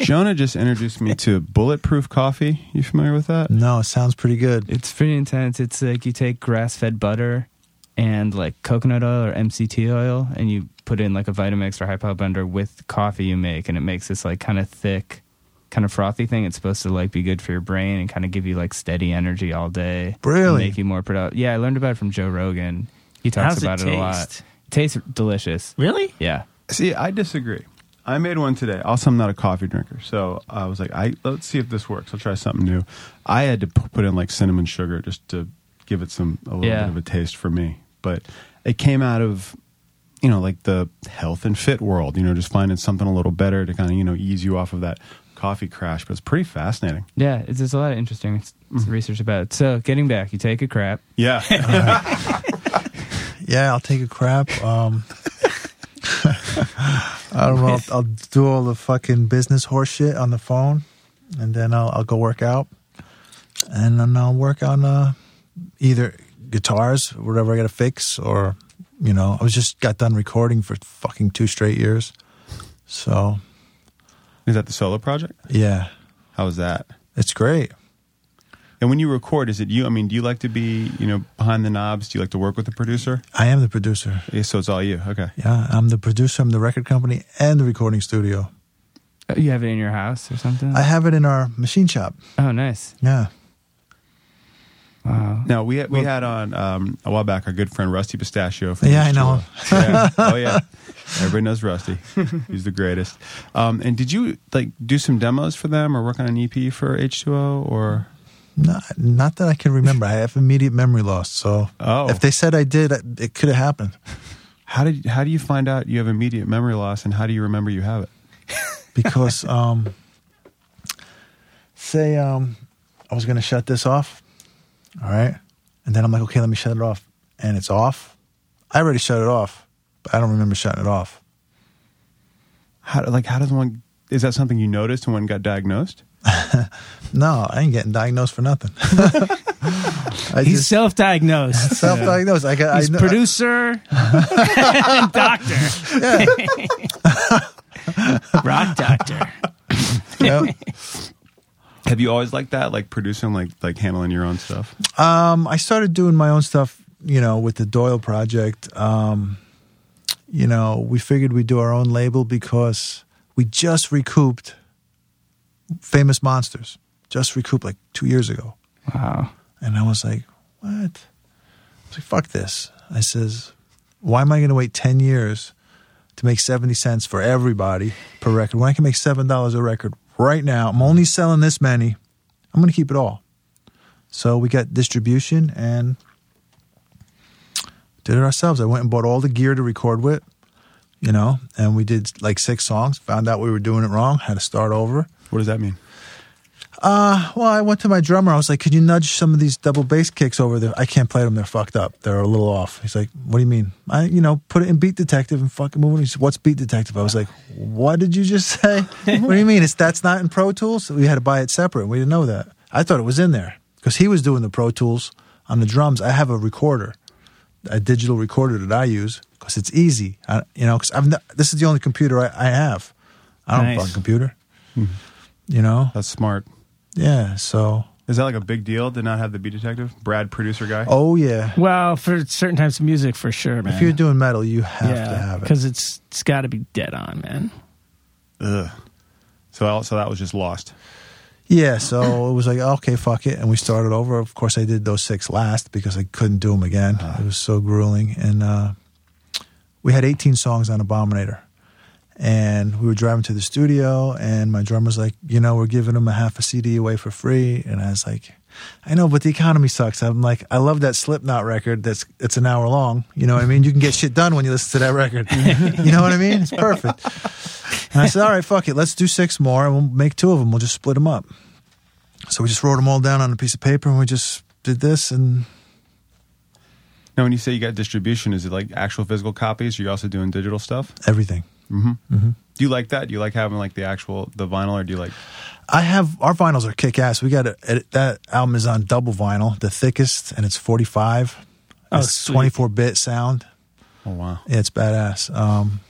[SPEAKER 3] Jonah just introduced me to bulletproof coffee. You familiar with that?
[SPEAKER 4] No, it sounds pretty good.
[SPEAKER 1] It's pretty intense. It's like you take grass fed butter and like coconut oil or MCT oil and you put in like a Vitamix or Hypo blender with coffee you make and it makes this like kind of thick, kind of frothy thing. It's supposed to like be good for your brain and kind of give you like steady energy all day. and
[SPEAKER 4] Really?
[SPEAKER 1] Make you more productive. Yeah, I learned about it from Joe Rogan. He talks
[SPEAKER 2] How's it
[SPEAKER 1] about it, a lot.
[SPEAKER 2] taste?
[SPEAKER 1] It tastes delicious.
[SPEAKER 2] Really?
[SPEAKER 1] Yeah.
[SPEAKER 3] See, I disagree. I made one today. Also, I'm not a coffee drinker, so I was like, I let's see if this works. I'll try something new. I had to p- put in like cinnamon sugar just to give it some a little
[SPEAKER 1] Yeah.
[SPEAKER 3] bit of a taste for me. But it came out of you know like the health and fit world. You know, just finding something a little better to kind of you know ease you off of that coffee crash. But it's pretty fascinating.
[SPEAKER 1] Yeah, it's, there's a lot of interesting s-
[SPEAKER 2] Mm-hmm.
[SPEAKER 1] research about it. So, getting back, you take a crap.
[SPEAKER 3] Yeah,
[SPEAKER 4] Yeah, I'll take a crap. Um, *laughs* I don't know. I'll, I'll do all the fucking business horse shit on the phone, and then I'll, I'll go work out, and then I'll work on uh, either guitars, whatever I got to fix, or you know, I was just got done recording for fucking two straight years, so
[SPEAKER 3] *laughs* Is that the solo project?
[SPEAKER 4] yeah,
[SPEAKER 3] How's that?
[SPEAKER 4] it's great.
[SPEAKER 3] And when you record, is it you? I mean, do you like to be, you know, behind the knobs? Do you like to work with the producer?
[SPEAKER 4] I am the producer.
[SPEAKER 3] Yeah, so it's all you. Okay.
[SPEAKER 4] Yeah, I'm the producer. I'm the record company and the recording studio.
[SPEAKER 1] Uh, You have it in your house or something?
[SPEAKER 4] I have it in our machine shop.
[SPEAKER 1] oh, nice.
[SPEAKER 4] Yeah.
[SPEAKER 1] Wow.
[SPEAKER 3] Now we had, we had on um, a while back our good friend Rusty Pistachio. From
[SPEAKER 4] Yeah,
[SPEAKER 3] the
[SPEAKER 4] I know
[SPEAKER 3] store. *laughs* yeah. Oh
[SPEAKER 4] *laughs*
[SPEAKER 3] yeah, everybody knows Rusty. He's the greatest. Um, and did you like do some demos for them or work on an EP for H two O or?
[SPEAKER 4] No, not that I can remember. I have immediate memory loss. So
[SPEAKER 3] Oh.
[SPEAKER 4] if they said I did, it- it could have happened
[SPEAKER 3] How did how do you find out you have immediate memory loss and how do you remember you have it?
[SPEAKER 2] *laughs*
[SPEAKER 4] because, um, say, um, I was going to shut this off. All right. And then I'm like, okay, let me shut it off. And it's off. I already shut it off, but I don't remember shutting it off.
[SPEAKER 3] How like how does one is that something you noticed when one got diagnosed?
[SPEAKER 4] No, I ain't getting diagnosed for nothing. *laughs* I
[SPEAKER 2] He's
[SPEAKER 4] just
[SPEAKER 2] self-diagnosed.
[SPEAKER 4] self-diagnosed. I got.
[SPEAKER 2] He's
[SPEAKER 4] I know, *laughs*
[SPEAKER 2] producer, and doctor, *laughs* rock doctor.
[SPEAKER 4] yeah.
[SPEAKER 3] Have you always liked that, like producing, like like handling your own stuff?
[SPEAKER 4] Um, I started doing my own stuff, you know, with the Doyle project. Um, you know, we figured we'd do our own label because we just recouped Famous Monsters, just recouped like two years ago.
[SPEAKER 1] Wow.
[SPEAKER 4] And I was like, what? I was like, fuck this. I says, why am I going to wait 10 years to make 70 cents for everybody per record when I can make $7 a record right now? I'm only selling this many. I'm going to keep it all. So we got distribution and did it ourselves. I went and bought all the gear to record with, you know, and we did like six songs, found out we were doing it wrong, had to start over.
[SPEAKER 3] What does that mean?
[SPEAKER 4] Well, I went to my drummer. I was like, "Could you nudge some of these double bass kicks over there? I can't play them. They're fucked up. They're a little off." He's like, "What do you mean? I, you know, put it in Beat Detective and fucking move it." He said, "What's Beat Detective?" I was like, "What did you just say? what do you mean? It's that's not in Pro Tools? We had to buy it separate. We didn't know that. I thought it was in there because he was doing the Pro Tools on the drums. I have a recorder, a digital recorder that I use because it's easy. I, you know, because I'm not, this is the only computer I, I have. I don't
[SPEAKER 2] Nice.
[SPEAKER 4] have a computer. You know,
[SPEAKER 3] That's smart.
[SPEAKER 4] yeah. So
[SPEAKER 3] Is that like a big deal to not have the B detective, Brad, producer guy?
[SPEAKER 4] Oh yeah.
[SPEAKER 2] Well, for certain types of music, for sure, man.
[SPEAKER 4] If you're doing metal, you have to have it.
[SPEAKER 2] because it's it's got to be dead on, man.
[SPEAKER 3] Ugh. So that, so that was just lost.
[SPEAKER 4] Yeah, so it was like, okay, fuck it, and we started over. Of course, I did those six last because I couldn't do them again. it was so grueling, and uh, we had 18 songs on Abominator, and we were driving to the studio, and my drummer's like, you know, we're giving them a half a CD away for free, and I was like, I know, but the economy sucks. I'm like, I love that Slipknot record. That's it's an hour long. You know what I mean? You can get shit done when you listen to that record. you know what I mean? It's perfect. And I said, all right, fuck it. Let's do six more and we'll make two of them. We'll just split them up. So we just wrote them all down on a piece of paper and we just did this. And
[SPEAKER 3] Now, when you say you got distribution, is it like actual physical copies? Are you also doing digital stuff?
[SPEAKER 4] everything.
[SPEAKER 3] Do you like that? Do you like having like the actual the vinyl, or do you like?
[SPEAKER 4] I have our vinyls are kick ass. We got a, it that album is on double vinyl, the thickest, and it's 45.
[SPEAKER 2] Oh,
[SPEAKER 4] it's
[SPEAKER 2] sweet.
[SPEAKER 4] 24 bit sound.
[SPEAKER 3] Oh wow!
[SPEAKER 4] Yeah, it's badass. Um,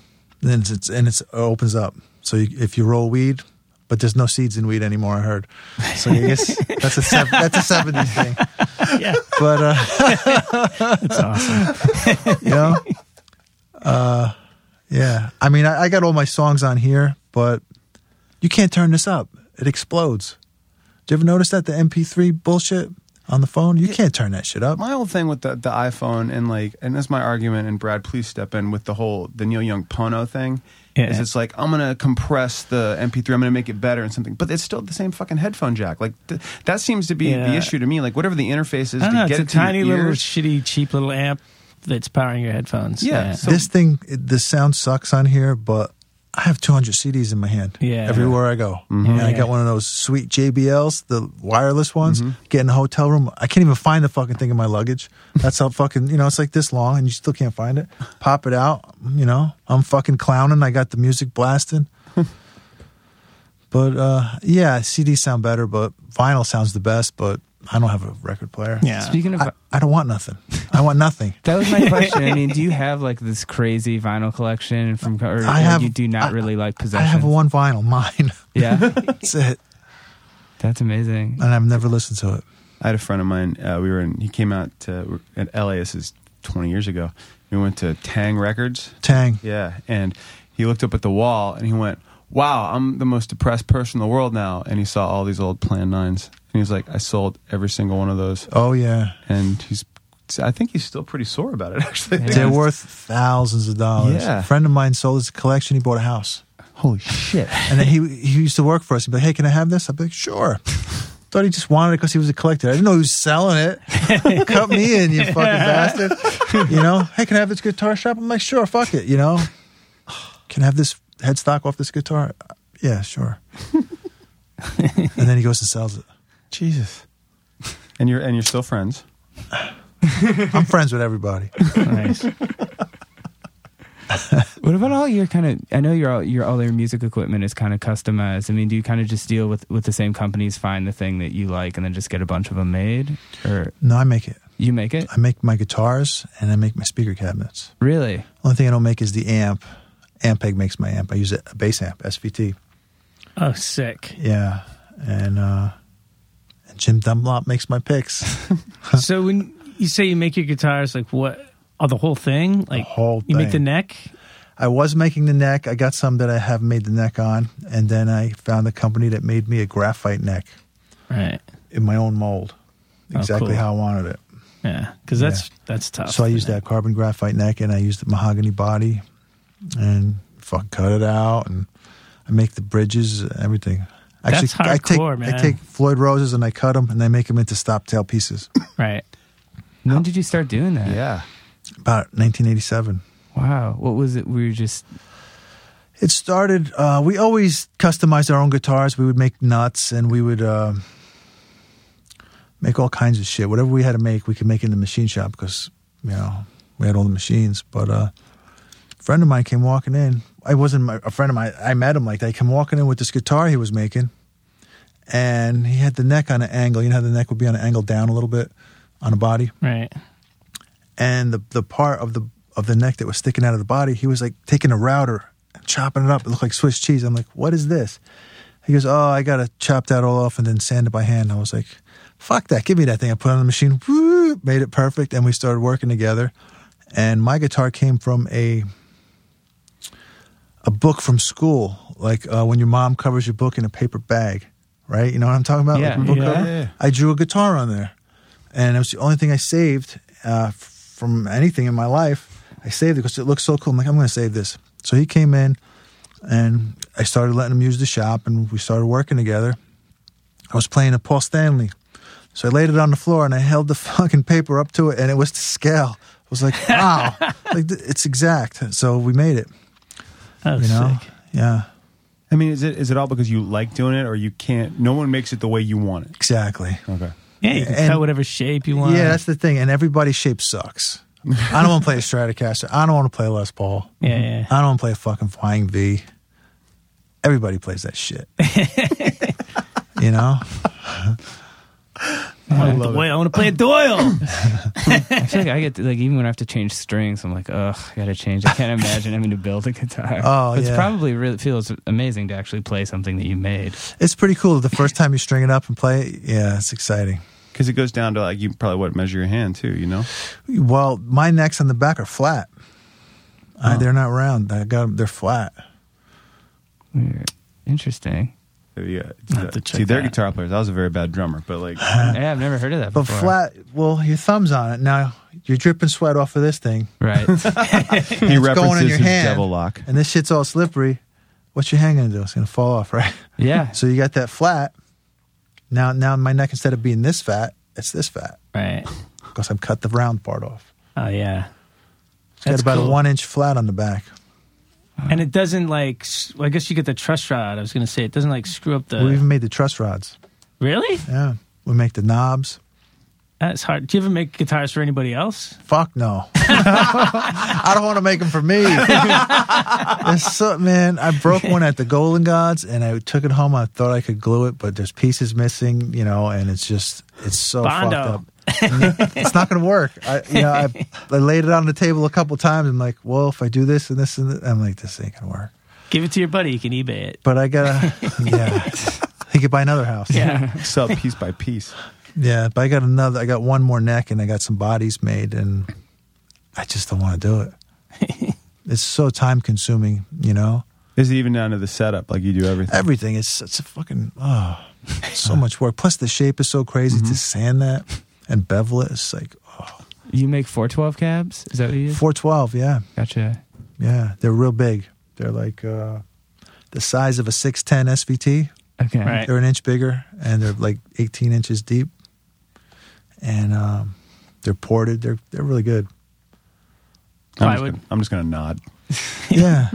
[SPEAKER 4] then it's, it's and it's, it opens up. So you, if you roll weed, but there's no seeds in weed anymore. I heard. So I guess
[SPEAKER 2] *laughs*
[SPEAKER 4] that's a sev- that's a 70s thing.
[SPEAKER 2] Yeah,
[SPEAKER 4] But uh,
[SPEAKER 2] it's awesome.
[SPEAKER 4] *laughs* you know? uh, yeah. I mean, I, I got all my songs on here, but you can't turn this up. It explodes. Do you ever notice that the MP3 bullshit on the phone? You can't turn that shit up.
[SPEAKER 3] My whole thing with the, the iPhone and like, and that's my argument. And Brad, please step in with the whole the Neil Young Pono thing.
[SPEAKER 2] Yeah.
[SPEAKER 3] Is it's like I'm gonna compress the MP3, I'm gonna make it better and something, but it's still the same fucking headphone jack. Like th- that seems to be
[SPEAKER 2] Yeah.
[SPEAKER 3] the issue to me. Like whatever the interface is
[SPEAKER 2] I don't
[SPEAKER 3] to
[SPEAKER 2] know.
[SPEAKER 3] get
[SPEAKER 2] It's a
[SPEAKER 3] it to your
[SPEAKER 2] tiny little
[SPEAKER 3] ears-
[SPEAKER 2] shitty, cheap little amp that's powering your headphones.
[SPEAKER 3] Yeah, so-
[SPEAKER 4] this thing, it, the sound sucks on here, but I have 200 CDs in my hand.
[SPEAKER 2] Yeah.
[SPEAKER 4] Everywhere I go. And I
[SPEAKER 2] Yeah.
[SPEAKER 4] got one of those sweet JBLs, the wireless ones. Get in the hotel room. I can't even find the fucking thing in my luggage. That's how fucking, you know, it's like this long and you still can't find it. Pop it out. You know, I'm fucking clowning. I got the music blasting. but uh, yeah, CDs sound better, but vinyl sounds the best, but I don't have a record player.
[SPEAKER 2] Yeah.
[SPEAKER 1] Speaking of,
[SPEAKER 4] I, I don't want nothing. I want nothing.
[SPEAKER 1] that was my question. I mean, do you have like this crazy vinyl collection from, or,
[SPEAKER 4] I
[SPEAKER 1] or
[SPEAKER 4] have-
[SPEAKER 1] you do not
[SPEAKER 4] I-
[SPEAKER 1] really like
[SPEAKER 4] I
[SPEAKER 1] possessions?
[SPEAKER 4] have one Uh, vinyl, mine. *laughs*
[SPEAKER 1] Yeah,
[SPEAKER 4] That's it.
[SPEAKER 1] that's amazing.
[SPEAKER 4] And I've never listened to it.
[SPEAKER 3] I had a friend of mine. Uh, we were in. He came out to, at LA. This is 20 years ago. We went to Tang Records.
[SPEAKER 4] Tang.
[SPEAKER 3] Yeah, and he looked up at the wall and he went, "Wow, I'm the most depressed person in the world now." And he saw all these old Plan Nines, and he was like, "I sold every single one of those."
[SPEAKER 4] Oh yeah.
[SPEAKER 3] And he's, I think he's still pretty sore about it. *laughs* Actually,
[SPEAKER 4] They're worth thousands of dollars.
[SPEAKER 3] Yeah.
[SPEAKER 4] A friend of mine sold his collection. He bought a house,
[SPEAKER 3] holy shit.
[SPEAKER 4] and then he he used to work for us. He'd be like, "Hey, can I have this?" I'd be like, "Sure." Thought he just wanted it because he was a collector. I didn't know he was selling
[SPEAKER 3] *laughs*
[SPEAKER 4] it. Cut me in, you fucking bastard. You know, hey, can I have this guitar shop? I'm like, sure, fuck it. You know, *sighs* can I have this headstock off this guitar? Uh, Yeah,
[SPEAKER 3] *laughs*
[SPEAKER 4] sure. and then he goes and sells it.
[SPEAKER 3] Jesus. And you're and you're still friends.
[SPEAKER 4] I'm friends with everybody. *laughs*
[SPEAKER 2] nice.
[SPEAKER 1] What about all your kind of? I know your all your all your music equipment is kind of customized. I mean, do you kind of just deal with with the same companies, find the thing that you like, and then just get a bunch of them made, or
[SPEAKER 4] No, I make it.
[SPEAKER 1] you make it?
[SPEAKER 4] I make my guitars and I make my speaker cabinets.
[SPEAKER 1] Really?
[SPEAKER 4] Only thing I don't make is the amp. Ampeg makes my amp. I use a a bass amp, SVT.
[SPEAKER 2] Oh, sick.
[SPEAKER 4] Yeah, and uh, and Jim Dunlop makes my
[SPEAKER 2] *laughs*
[SPEAKER 4] picks.
[SPEAKER 2] So when you say you make your guitars, like what? Oh, the whole thing? Like
[SPEAKER 4] whole
[SPEAKER 2] you make the
[SPEAKER 4] thing.
[SPEAKER 2] neck?
[SPEAKER 4] I was making the neck. I got some that I have made the neck on, and then I found a company that made me a graphite neck
[SPEAKER 2] Right.
[SPEAKER 4] in my own mold,
[SPEAKER 2] Oh,
[SPEAKER 4] exactly
[SPEAKER 2] cool.
[SPEAKER 4] how I wanted it.
[SPEAKER 2] Yeah. Because that's that's tough.
[SPEAKER 4] So I used
[SPEAKER 2] that.
[SPEAKER 4] that carbon graphite neck, and I used the mahogany body, and fuck, cut it out, and I make the bridges, everything.
[SPEAKER 2] That's
[SPEAKER 4] I take
[SPEAKER 2] hardcore, man.
[SPEAKER 4] I take Floyd roses and I cut them, and I make them into stop tail pieces.
[SPEAKER 2] Right.
[SPEAKER 1] When did you start doing that?
[SPEAKER 3] Yeah.
[SPEAKER 4] About 1987.
[SPEAKER 1] Wow. What was it? We were just
[SPEAKER 4] It started. Uh, we always customized our own guitars. We would make nuts, and we would uh, make all kinds of shit. Whatever we had to make, we could make in the machine shop because you know we had all the machines. But uh, a friend of mine came walking in. I wasn't my, a friend of mine. I met him like that. He came walking in with this guitar he was making, and he had the neck on an angle. You know how the neck would be on an angle down a little bit on a body
[SPEAKER 2] Right.
[SPEAKER 4] and the the part of the of the neck that was sticking out of the body, he was like taking a router and chopping it up. It looked like Swiss cheese. I'm like, what is this? He goes, oh, I gotta chop that all off and then sand it by hand. I was like, fuck that, give me that thing. I put it on the machine, whoop, made it perfect, and we started working together. And my guitar came from a a book from school, like uh, when your mom covers your book in a paper bag, right? You know what I'm talking about?
[SPEAKER 1] Yeah.
[SPEAKER 4] Like book
[SPEAKER 2] Yeah.
[SPEAKER 4] cover?
[SPEAKER 3] Yeah.
[SPEAKER 4] I drew a guitar on there, and it was the only thing I saved uh, f- from anything in my life. I saved it because it looked so cool. I'm like, I'm going to save this. So he came in, and I started letting him use the shop, and we started working together. I was playing a Paul Stanley, so I laid it on the floor and I held the *laughs* fucking paper up to it, and it was to scale. I was like, wow, like th- it's exact. So we made it.
[SPEAKER 2] Oh,
[SPEAKER 4] You know,
[SPEAKER 2] sick.
[SPEAKER 4] yeah,
[SPEAKER 3] I mean, is it is it all because you like doing it, or you can't? No one makes it the way you want it.
[SPEAKER 4] exactly.
[SPEAKER 3] Okay.
[SPEAKER 2] Yeah, you can
[SPEAKER 4] And-
[SPEAKER 2] cut whatever shape you want.
[SPEAKER 4] Yeah, that's the thing. And everybody's shape sucks. I don't want to play a Stratocaster. I don't want to play a Les Paul.
[SPEAKER 2] yeah, yeah.
[SPEAKER 4] I don't want to play a fucking Flying V. Everybody plays
[SPEAKER 3] *laughs*
[SPEAKER 4] that shit. you know?
[SPEAKER 2] I, want to, I want to play a Doyle.
[SPEAKER 1] I feel like I get like even when I have to change strings, I'm like, ugh, I gotta change. I can't imagine having to build a guitar.
[SPEAKER 4] Oh,
[SPEAKER 1] it's
[SPEAKER 4] yeah.
[SPEAKER 1] probably really feels amazing to actually play something that you made.
[SPEAKER 4] It's pretty cool. The first time you string it up and play it, yeah, it's exciting.
[SPEAKER 3] Because it goes down to like you probably what measure your hand too. You know.
[SPEAKER 4] Well, my necks on the back are flat. Uh, they're not round. I got 'em- They're flat.
[SPEAKER 1] Weird. Interesting.
[SPEAKER 3] There you go.
[SPEAKER 2] I'll have to
[SPEAKER 3] See,
[SPEAKER 2] check
[SPEAKER 3] they're
[SPEAKER 2] that.
[SPEAKER 3] guitar players. I was a very bad drummer, but like,
[SPEAKER 1] Yeah, I've never heard of that
[SPEAKER 4] But
[SPEAKER 1] before.
[SPEAKER 4] flat, well, your thumb's on it. Now, you're dripping sweat off of this thing,
[SPEAKER 1] Right.
[SPEAKER 4] *laughs*
[SPEAKER 3] he references
[SPEAKER 4] going in your
[SPEAKER 3] his
[SPEAKER 4] hand.
[SPEAKER 3] devil
[SPEAKER 4] *laughs*
[SPEAKER 3] lock.
[SPEAKER 4] and this shit's all slippery. What's your hand going to do? It's going to fall off, right?
[SPEAKER 1] Yeah.
[SPEAKER 4] So you got that flat. Now, now my neck, instead of being this fat, it's this fat
[SPEAKER 2] right.
[SPEAKER 4] because I've cut the round part off.
[SPEAKER 2] Oh, yeah.
[SPEAKER 4] It's got about a one inch flat on the back.
[SPEAKER 2] and it doesn't like. s- well, I guess you get the truss rod. I was gonna say it doesn't like screw up the.
[SPEAKER 4] we even made the truss rods.
[SPEAKER 2] really?
[SPEAKER 4] Yeah, we make the knobs.
[SPEAKER 2] That's hard. Do you ever make guitars for anybody else?
[SPEAKER 4] Fuck no. *laughs* I don't want to make them for me. That's so, man, I broke one at the Golden Gods and I took it home. I thought I could glue it, but there's pieces missing, you know, and it's just, it's so fucked
[SPEAKER 2] Bondo.
[SPEAKER 4] up. it's not going to work. I, you know, I, I laid it on the table a couple times. I'm like, well, if I do this and this and that, I'm like, this ain't going to work.
[SPEAKER 2] Give it to your buddy. You can eBay it.
[SPEAKER 4] But
[SPEAKER 2] *laughs*
[SPEAKER 4] I gotta, yeah, he could buy another house.
[SPEAKER 2] Yeah.
[SPEAKER 3] Sell piece by piece.
[SPEAKER 4] Yeah, but I got another. I got one more neck, and I got some bodies made, and I just don't want to do it. it's so time consuming, you know.
[SPEAKER 3] Is it even down to the setup? Like you do everything.
[SPEAKER 4] Everything is such a fucking oh, so much work. Plus, the shape is so crazy to sand that and bevel it. It's like oh,
[SPEAKER 1] You make 412 cabs? Is that what you do?
[SPEAKER 4] four twelve. Yeah,
[SPEAKER 1] Gotcha.
[SPEAKER 4] yeah, they're real big. They're like uh, the size of a six ten SVT.
[SPEAKER 1] Okay.
[SPEAKER 2] Right.
[SPEAKER 4] They're an inch bigger, and they're like eighteen inches deep, and um, they're ported. They're they're really good.
[SPEAKER 3] I'm just
[SPEAKER 2] Plywood.
[SPEAKER 3] gonna- I'm just going to nod.
[SPEAKER 4] Yeah.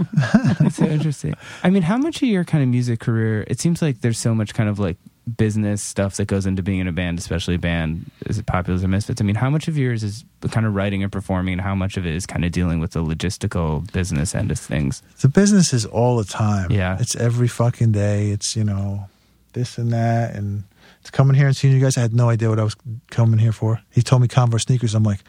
[SPEAKER 1] That's so interesting. I mean, how much of your kind of music career? It seems like there's so much kind of like business stuff that goes into being in a band, especially a band as popular as the Misfits. I mean, how much of yours is kind of writing and performing, and how much of it is kind of dealing with the logistical business end of things?
[SPEAKER 4] The business is all the time.
[SPEAKER 1] Yeah.
[SPEAKER 4] It's every fucking day. It's, you know, this and that. And it's coming here and seeing you guys. I had no idea what I was coming here for. He told me Converse sneakers. I'm like,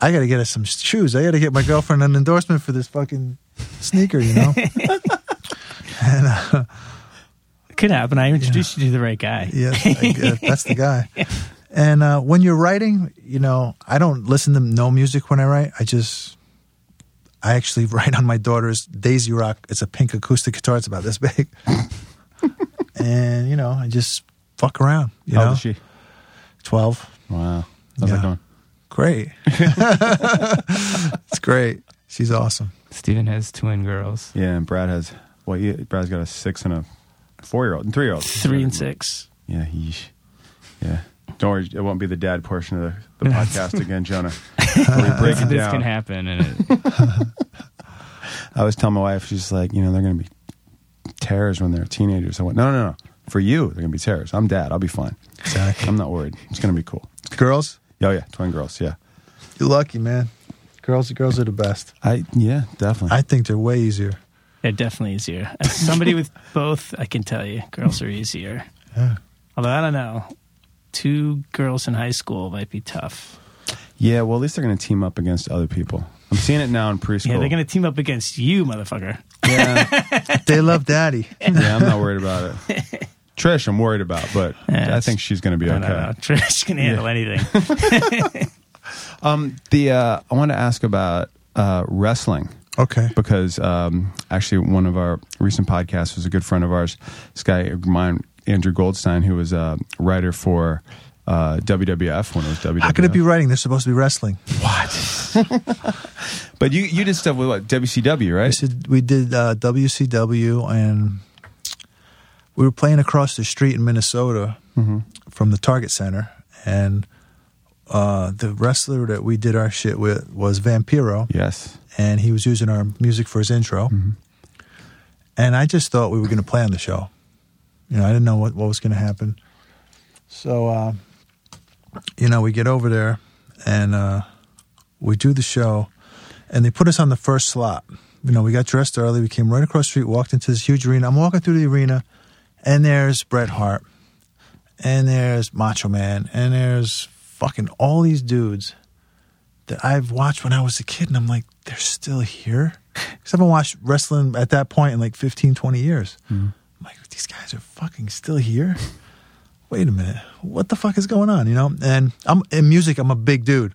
[SPEAKER 4] I got to get us some shoes. I got to get my girlfriend an endorsement for this fucking sneaker, you know? and uh,
[SPEAKER 2] It could happen. I introduced you to the right guy.
[SPEAKER 4] yeah, I- that's
[SPEAKER 3] *laughs*
[SPEAKER 4] the guy. And uh, when you're writing, you know, I don't listen to no music when I write. I just, I actually *laughs* write on my daughter's Daisy Rock. It's a pink acoustic guitar. It's about this big.
[SPEAKER 3] *laughs*
[SPEAKER 4] and, you know, I just fuck around, you
[SPEAKER 3] How
[SPEAKER 4] know?
[SPEAKER 3] old is she?
[SPEAKER 4] 12.
[SPEAKER 3] Wow. How's
[SPEAKER 4] Yeah.
[SPEAKER 3] that going? *laughs*
[SPEAKER 4] Great. *laughs* it's great. She's awesome.
[SPEAKER 1] Steven has twin girls.
[SPEAKER 3] Yeah, and Brad has, well, he, Brad's got a six and a four year old and three year old.
[SPEAKER 2] Three and six.
[SPEAKER 3] Yeah, yeesh. Yeah. Don't worry, it won't be the dad portion of the, the podcast again, Jonah. Where we Uh, break it
[SPEAKER 1] This
[SPEAKER 3] down.
[SPEAKER 1] can happen, and
[SPEAKER 3] *laughs*
[SPEAKER 1] it,
[SPEAKER 3] I was telling my wife, she's like, you know, they're going to be terrors when they're teenagers. I went, no, no, no. For you, they're going to be terrors. I'm dad. I'll be fine.
[SPEAKER 4] Exactly.
[SPEAKER 3] I'm not worried. It's going to be cool.
[SPEAKER 4] Um, Girls,
[SPEAKER 3] Oh, yeah. Twin girls. Yeah.
[SPEAKER 4] you're lucky, man. Girls, girls are the best.
[SPEAKER 3] I, yeah, definitely.
[SPEAKER 4] I think they're
[SPEAKER 3] *laughs*
[SPEAKER 4] way easier.
[SPEAKER 2] They're definitely easier. As somebody
[SPEAKER 4] *laughs*
[SPEAKER 2] with both, I can tell you, girls are easier.
[SPEAKER 4] Yeah.
[SPEAKER 2] Although I don't know, two girls in high school might be tough.
[SPEAKER 3] yeah. Well, at least they're going to team up against other people. I'm seeing it now in preschool.
[SPEAKER 2] Yeah, they're gonna team up against you, motherfucker.
[SPEAKER 3] yeah.
[SPEAKER 4] They love daddy.
[SPEAKER 3] yeah. I'm not worried about it.
[SPEAKER 2] *laughs*
[SPEAKER 3] Trish, I'm worried about, but
[SPEAKER 2] Yeah,
[SPEAKER 3] I think she's going to be
[SPEAKER 2] I
[SPEAKER 3] okay.
[SPEAKER 2] don't know. *laughs* Trish can handle
[SPEAKER 4] *laughs*
[SPEAKER 2] anything.
[SPEAKER 3] Um, the uh, I want to ask about uh, wrestling.
[SPEAKER 4] Okay.
[SPEAKER 3] because um, actually one of our recent podcasts was a good friend of ours, this guy mine Andrew Goldstein, who was a writer for uh, WWF when it was WWF.
[SPEAKER 4] How could it be writing? They're supposed to be wrestling.
[SPEAKER 3] But you you did stuff with what WCW,
[SPEAKER 4] We,
[SPEAKER 3] right?
[SPEAKER 4] said, we did uh, WCW, and we were playing across the street in Minnesota from the Target Center, and uh, the wrestler that we did our shit with was Vampiro,
[SPEAKER 3] Yes.
[SPEAKER 4] and he was using our music for his intro, and I just thought we were going to play on the show. You know, I didn't know what, what was going to happen, so uh, you know, we get over there and uh, we do the show, and they put us on the first slot. You know, we got dressed early. We came right across the street, walked into this huge arena. I'm walking through the arena, and there's Bret Hart, and there's Macho Man, and there's fucking all these dudes that I've watched when I was a kid, and I'm like, they're still here. Because I haven't watched wrestling at that point in like 15, 20 years. I'm like, these guys are fucking still here wait a minute, what the fuck is going on? You know, and I'm in music. I'm a big dude.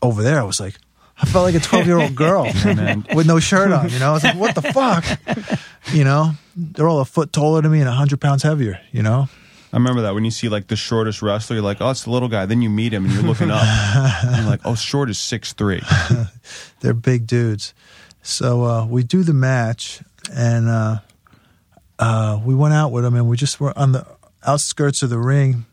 [SPEAKER 4] Over there, I was like, I felt like a 12 year old girl
[SPEAKER 3] man.
[SPEAKER 4] with no shirt on. You know, I was like, what the fuck? You know, they're all a foot taller than me and 100 pounds heavier. You know,
[SPEAKER 3] I remember that when you see like the shortest wrestler, you're like, oh, it's the little guy. Then you meet him and you're looking up, and you're like, oh, short is six three.
[SPEAKER 4] they're big dudes. So uh, we do the match, and uh, uh, we went out with them, and we just were on the outskirts of the ring.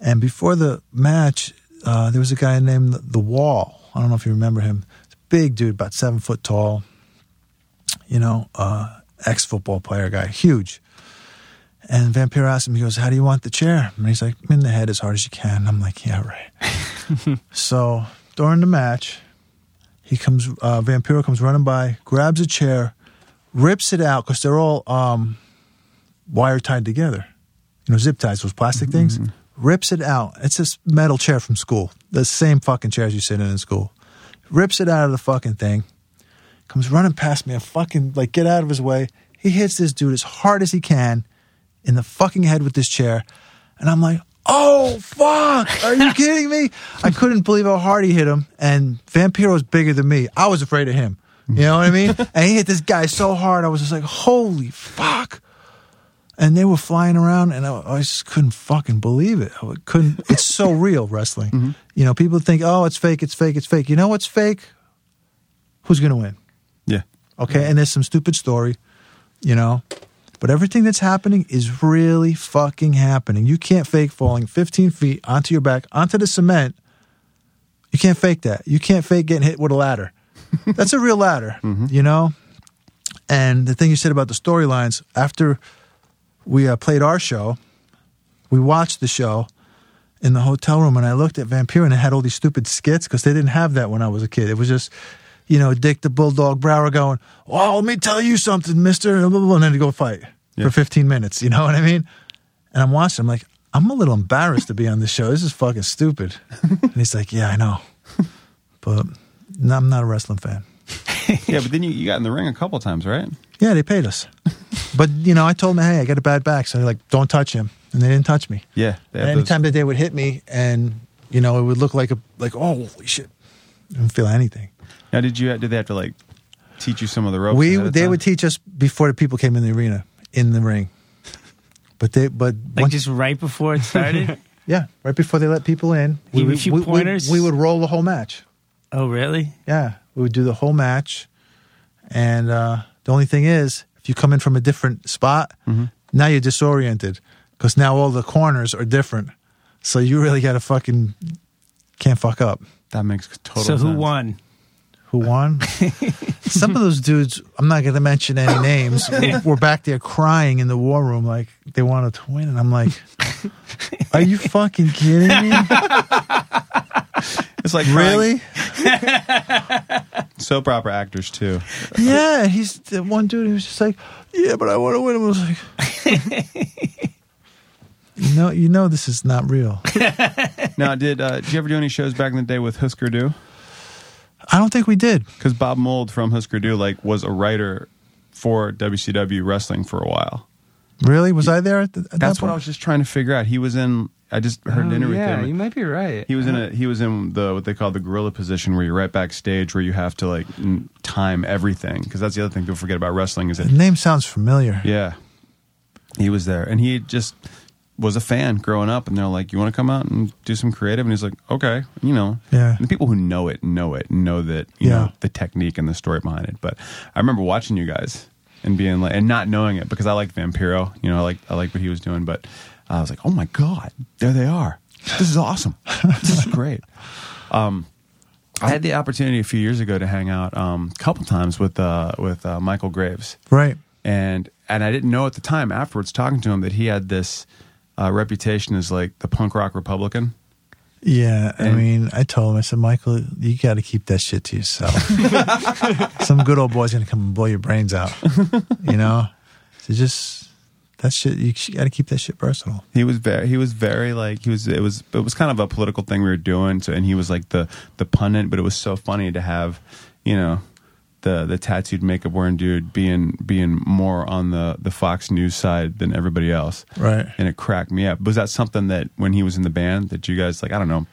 [SPEAKER 4] And before the match, uh, there was a guy named the Wall. I don't know if you remember him. Big dude, about seven foot tall. You you know, uh, ex football player guy, huge. And Vampiro asked him, he goes, How do you want the chair? And he's like, In the head as hard as you can. And I'm like, Yeah, right. so during the match, he comes, uh, Vampiro comes running by, grabs a chair, rips it out because they're all um, wire tied together, you know, zip ties, those plastic things. Rips it out. It's this metal chair from school, the same fucking chairs you sit in in school. Rips it out of the fucking thing, comes running past me. I fucking like get out of his way. He hits this dude as hard as he can in the fucking head with this chair. And I'm like, oh, fuck. Are you kidding me? I couldn't believe how hard he hit him. And Vampiro's bigger than me. I was afraid of him. You know what I mean? and he hit this guy so hard. I was just like, holy fuck. And they were flying around, and I, I just couldn't fucking believe it. I couldn't. It's so real wrestling. You know, people think, "Oh, it's fake, it's fake, it's fake." You know what's fake? Who's gonna win?
[SPEAKER 3] Yeah.
[SPEAKER 4] okay and there's some stupid story you know but everything that's happening is really fucking happening you can't fake falling 15 feet onto your back onto the cement you can't fake that you can't fake getting hit with a ladder that's a real ladder you know and the thing you said about the storylines after we uh, played our show we watched the show in the hotel room and I looked at Vampire and it had all these stupid skits because they didn't have that when I was a kid. It was just, you know, Dick the Bulldog Brower going, Well, let me tell you something, mister. blah, blah, blah, And then they go fight
[SPEAKER 3] Yeah.
[SPEAKER 4] for 15 minutes. You know what I mean? And I'm watching, I'm like, I'm a little embarrassed to be on this show. This is fucking stupid. and he's like, Yeah, I know. But no, I'm not a wrestling fan.
[SPEAKER 3] Yeah, but then you, you got in the ring a couple times, right?
[SPEAKER 4] Yeah, they paid us. but, you know, I told him, Hey, I got a bad back. So they're like, Don't touch him. And they didn't touch me.
[SPEAKER 3] Yeah. They have
[SPEAKER 4] And
[SPEAKER 3] those-
[SPEAKER 4] anytime that they would hit me, and you know, it would look like a like, oh, holy shit, I didn't feel anything.
[SPEAKER 3] Now, did you did they have to like teach you some of the ropes?
[SPEAKER 4] we
[SPEAKER 3] ahead of
[SPEAKER 4] they
[SPEAKER 3] time?
[SPEAKER 4] would teach us before the people came in the arena in the ring, but they but
[SPEAKER 2] Like
[SPEAKER 4] once-
[SPEAKER 2] just right before it
[SPEAKER 4] *laughs*
[SPEAKER 2] started.
[SPEAKER 4] yeah, right before they let people in,
[SPEAKER 2] Give you a
[SPEAKER 4] would-
[SPEAKER 2] few pointers?
[SPEAKER 4] we would roll the whole match.
[SPEAKER 2] oh, really?
[SPEAKER 4] Yeah, we would do the whole match, and uh, the only thing is, if you come in from a different spot, now you're disoriented because now all the corners are different. So you really got to fucking can't fuck up.
[SPEAKER 3] That makes total.
[SPEAKER 2] so who
[SPEAKER 3] sense.
[SPEAKER 2] won?
[SPEAKER 3] *laughs*
[SPEAKER 4] who won. Some of those dudes, I'm not going to mention any
[SPEAKER 3] *laughs*
[SPEAKER 4] names, were- were back there crying in the war room like they wanted to win. And I'm like, are you fucking
[SPEAKER 3] *laughs*
[SPEAKER 4] kidding me?
[SPEAKER 3] It's like
[SPEAKER 4] Really?
[SPEAKER 3] crying- soap opera actors too.
[SPEAKER 4] Yeah. He's the one dude who was just like, yeah, but I want to win. I was like, you know, you know, this is
[SPEAKER 3] *laughs*
[SPEAKER 4] not real.
[SPEAKER 3] Now, did uh, did you ever do any shows back in the day with Husker Du?
[SPEAKER 4] I don't think we did.
[SPEAKER 3] Because Bob Mold from Husker Du like was a writer for WCW wrestling for a while.
[SPEAKER 4] Really? Was I there at, the, at
[SPEAKER 3] That's
[SPEAKER 4] that
[SPEAKER 3] what I
[SPEAKER 4] point?
[SPEAKER 3] was just trying to figure out. He was in. I just heard an
[SPEAKER 1] Oh,
[SPEAKER 3] interview
[SPEAKER 1] yeah,
[SPEAKER 3] with him.
[SPEAKER 1] you might be right.
[SPEAKER 3] He was in a he was in the what they call the gorilla position, where you're right backstage, where you have to like n- time everything because that's the other thing people forget about wrestling is that
[SPEAKER 4] The name sounds familiar.
[SPEAKER 3] yeah, he was there and he just was a fan growing up, and they're like, you want to come out and do some creative, and he's like, okay, you know,
[SPEAKER 4] Yeah.
[SPEAKER 3] And the people who know it know it know that you
[SPEAKER 4] Yeah.
[SPEAKER 3] know the technique and the story behind it. But I remember watching you guys and being like and not knowing it because I liked Vampiro, you know, I like I like what he was doing, but I was like, oh my god, there they are. This is awesome. this is
[SPEAKER 4] *laughs*
[SPEAKER 3] great. Um, I had the opportunity a few years ago to hang out um, a couple times with uh, with uh, Michael Graves,
[SPEAKER 4] Right.
[SPEAKER 3] and and I didn't know at the time. Afterwards, talking to him, that he had this uh, reputation as like the punk rock Republican.
[SPEAKER 4] Yeah, I
[SPEAKER 3] And-
[SPEAKER 4] mean, I told him, I said, Michael, you got to keep that shit to
[SPEAKER 1] *laughs*
[SPEAKER 4] yourself. Some good old boy's gonna come and blow your brains out. You know, so just that shit. You got to keep that shit personal.
[SPEAKER 3] He was very he was very like he was it was it was kind of a political thing we were doing. So and he was like the the pundit, but it was so funny to have you know the the tattooed makeup wearing dude being being more on the the Fox News side than everybody else.
[SPEAKER 4] Right.
[SPEAKER 3] and it cracked me up. Was that something that when he was in the band that you guys like I don't know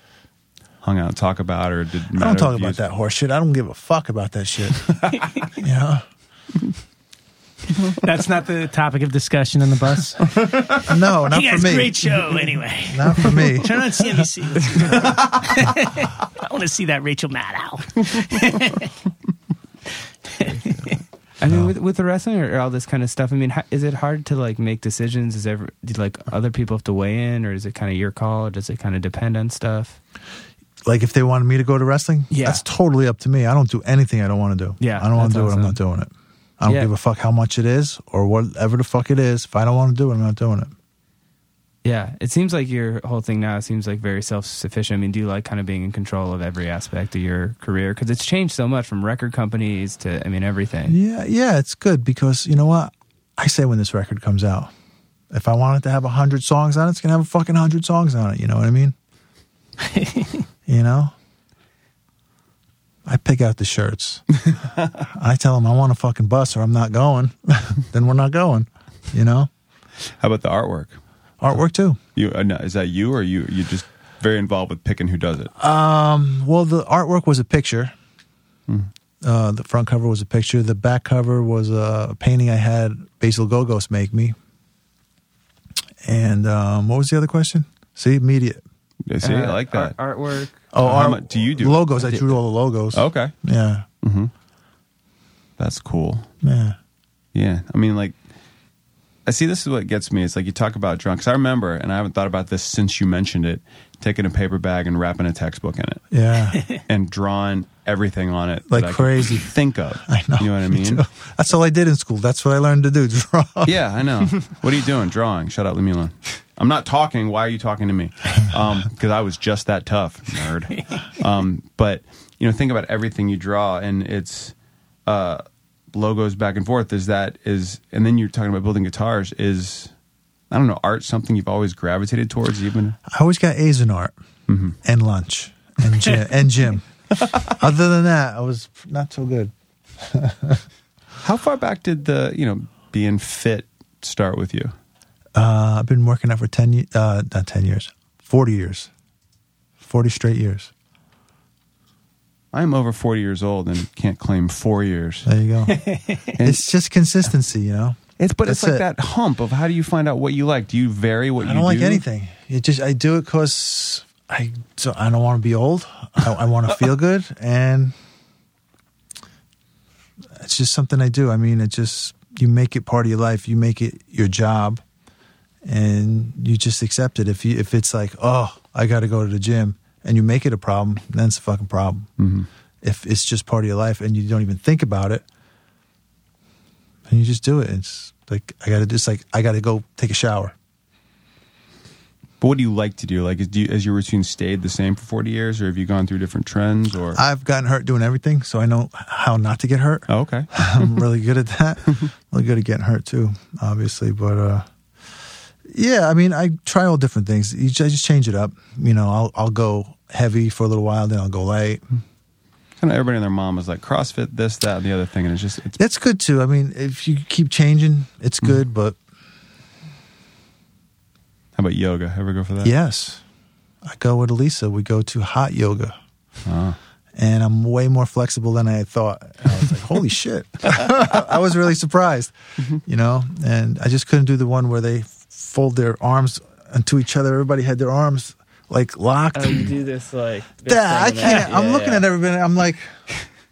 [SPEAKER 3] hung out and talk about or did
[SPEAKER 4] I don't talk about that horse shit. I don't give a fuck about
[SPEAKER 1] *laughs*
[SPEAKER 4] that shit. you know?
[SPEAKER 2] That's not the topic of discussion on the bus.
[SPEAKER 4] No, *laughs* not
[SPEAKER 2] you
[SPEAKER 4] for
[SPEAKER 2] guys,
[SPEAKER 4] me.
[SPEAKER 2] great
[SPEAKER 4] *laughs*
[SPEAKER 2] show. Anyway,
[SPEAKER 4] Not for
[SPEAKER 1] *laughs*
[SPEAKER 4] me.
[SPEAKER 2] turn on CNBC. I want to see that Rachel Maddow.
[SPEAKER 1] I mean, with, with the wrestling or, or all this kind of stuff, I mean, ho- is it hard to like make decisions? Is ever do, like other people have to weigh in, or is it kind of your call? Or does it kind of depend on stuff?
[SPEAKER 4] Like if they wanted me to go to wrestling,
[SPEAKER 1] Yeah.
[SPEAKER 4] that's totally up to me. I don't do anything I don't want to do.
[SPEAKER 1] Yeah,
[SPEAKER 4] I don't want to
[SPEAKER 1] that's
[SPEAKER 4] do it. I'm
[SPEAKER 1] awesome.
[SPEAKER 4] not doing it. I don't
[SPEAKER 1] Yeah.
[SPEAKER 4] give a fuck how much it is or whatever the fuck it is. If I don't want to do it, I'm not doing it.
[SPEAKER 1] Yeah, it seems like your whole thing now seems like very self-sufficient. I mean, do you like kind of being in control of every aspect of your career? Because it's changed so much from record companies to, I mean, everything.
[SPEAKER 4] Yeah, yeah, it's good because you know what? I say when this record comes out, if I want it to have a hundred songs on it, it's gonna have a fucking hundred songs on it. You know what I mean? you know, I pick out the shirts. I tell them I want a fucking bus or I'm not going. *laughs* then we're not going. You know,
[SPEAKER 3] How about the artwork?
[SPEAKER 4] artwork too.
[SPEAKER 3] You uh, no, is that you or you you just very involved with picking who does it?
[SPEAKER 4] Well, the artwork was a picture.
[SPEAKER 3] Hmm.
[SPEAKER 4] Uh, the front cover was a picture. The back cover was a painting I had Basil Gogos make me. And um, what was the other question? See, media.
[SPEAKER 3] I See, I
[SPEAKER 1] Uh,
[SPEAKER 3] like that.
[SPEAKER 1] art- artwork.
[SPEAKER 4] Oh,
[SPEAKER 3] How much do you do?
[SPEAKER 4] logos? I drew all the logos.
[SPEAKER 3] Okay,
[SPEAKER 4] Yeah,
[SPEAKER 3] that's cool.
[SPEAKER 4] yeah.
[SPEAKER 3] Yeah, I mean, like, I see. This is what gets me. It's like you talk about drunks. I remember, and I haven't thought about this since you mentioned it. Taking a paper bag and wrapping a textbook in it, *laughs*
[SPEAKER 4] Yeah,
[SPEAKER 3] and drawing everything on it
[SPEAKER 4] Like
[SPEAKER 3] that I could
[SPEAKER 4] crazy.
[SPEAKER 3] think of.
[SPEAKER 4] *laughs* I know.
[SPEAKER 3] You know what I
[SPEAKER 4] Me
[SPEAKER 3] mean?
[SPEAKER 4] too. That's all I did in school. That's what I learned to do. *laughs* Draw.
[SPEAKER 3] Yeah, I know. what are you doing? Drawing. Shut up. Leave me alone. I'm not talking. Why are you talking to me? Because I was just that tough, nerd. Um, but you know, think about everything you draw, and it's uh, logos back and forth. Is that is? And then you're talking about building guitars. Is I don't know. Art something you've always gravitated towards, even.
[SPEAKER 4] I always got A's in art
[SPEAKER 3] Mm-hmm.
[SPEAKER 4] and lunch and gym.
[SPEAKER 3] *laughs*
[SPEAKER 4] and gym. Other than that, I was not so good.
[SPEAKER 3] How far back did the you know being fit start with you?
[SPEAKER 4] Uh, I've been working out for 10, ye- uh, not 10 years, 40 years, 40 straight years.
[SPEAKER 3] I'm over 40 years old and can't claim four years.
[SPEAKER 4] There you
[SPEAKER 3] *laughs*
[SPEAKER 4] go. it's just consistency, you know?
[SPEAKER 3] It's but it's
[SPEAKER 4] That's
[SPEAKER 3] like
[SPEAKER 4] it.
[SPEAKER 3] that hump of how do you find out what you like? Do you vary what
[SPEAKER 4] I
[SPEAKER 3] you
[SPEAKER 4] don't like
[SPEAKER 3] do?
[SPEAKER 4] anything. It just, I do it cause I, so I don't want to be old. I, I
[SPEAKER 3] *laughs*
[SPEAKER 4] want to feel good. And it's just something I do. I mean, it just, you make it part of your life. You make it your job and you just accept it. If you, if it's like, oh, I got to go to the gym and you make it a problem, then it's a fucking problem.
[SPEAKER 3] Mm-hmm.
[SPEAKER 4] if it's just part of your life and you don't even think about it and you just do it it's like i gotta just like i gotta go take a shower
[SPEAKER 3] But what do you like to do? Like, is, do you, has your routine stayed the same for forty years, or have you gone through different trends? Or
[SPEAKER 4] i've gotten hurt doing everything so i know how not to get
[SPEAKER 3] *laughs*
[SPEAKER 4] hurt
[SPEAKER 3] oh, okay,
[SPEAKER 4] i'm really good at that really good at getting hurt too obviously but uh yeah i mean i try all different things you, ju- i just change it up you know i'll i'll go heavy for a little while then i'll go light
[SPEAKER 3] kind of everybody and their mom is like CrossFit, this, that, and the other thing, and it's just it's
[SPEAKER 4] that's good too i mean if you keep changing it's good but
[SPEAKER 3] how about yoga? Ever go for that?
[SPEAKER 4] Yes. I go with Elisa. We go to hot yoga.
[SPEAKER 3] Ah.
[SPEAKER 4] And I'm way more flexible than I had thought. And I was like, holy shit. I was really surprised, you know? And I just couldn't do the one where they fold their arms into each other. Everybody had their arms like locked.
[SPEAKER 1] Oh, you do this like. this
[SPEAKER 4] *laughs* that, I
[SPEAKER 1] thing and
[SPEAKER 4] can't. I'm looking at everything. I'm like, *laughs*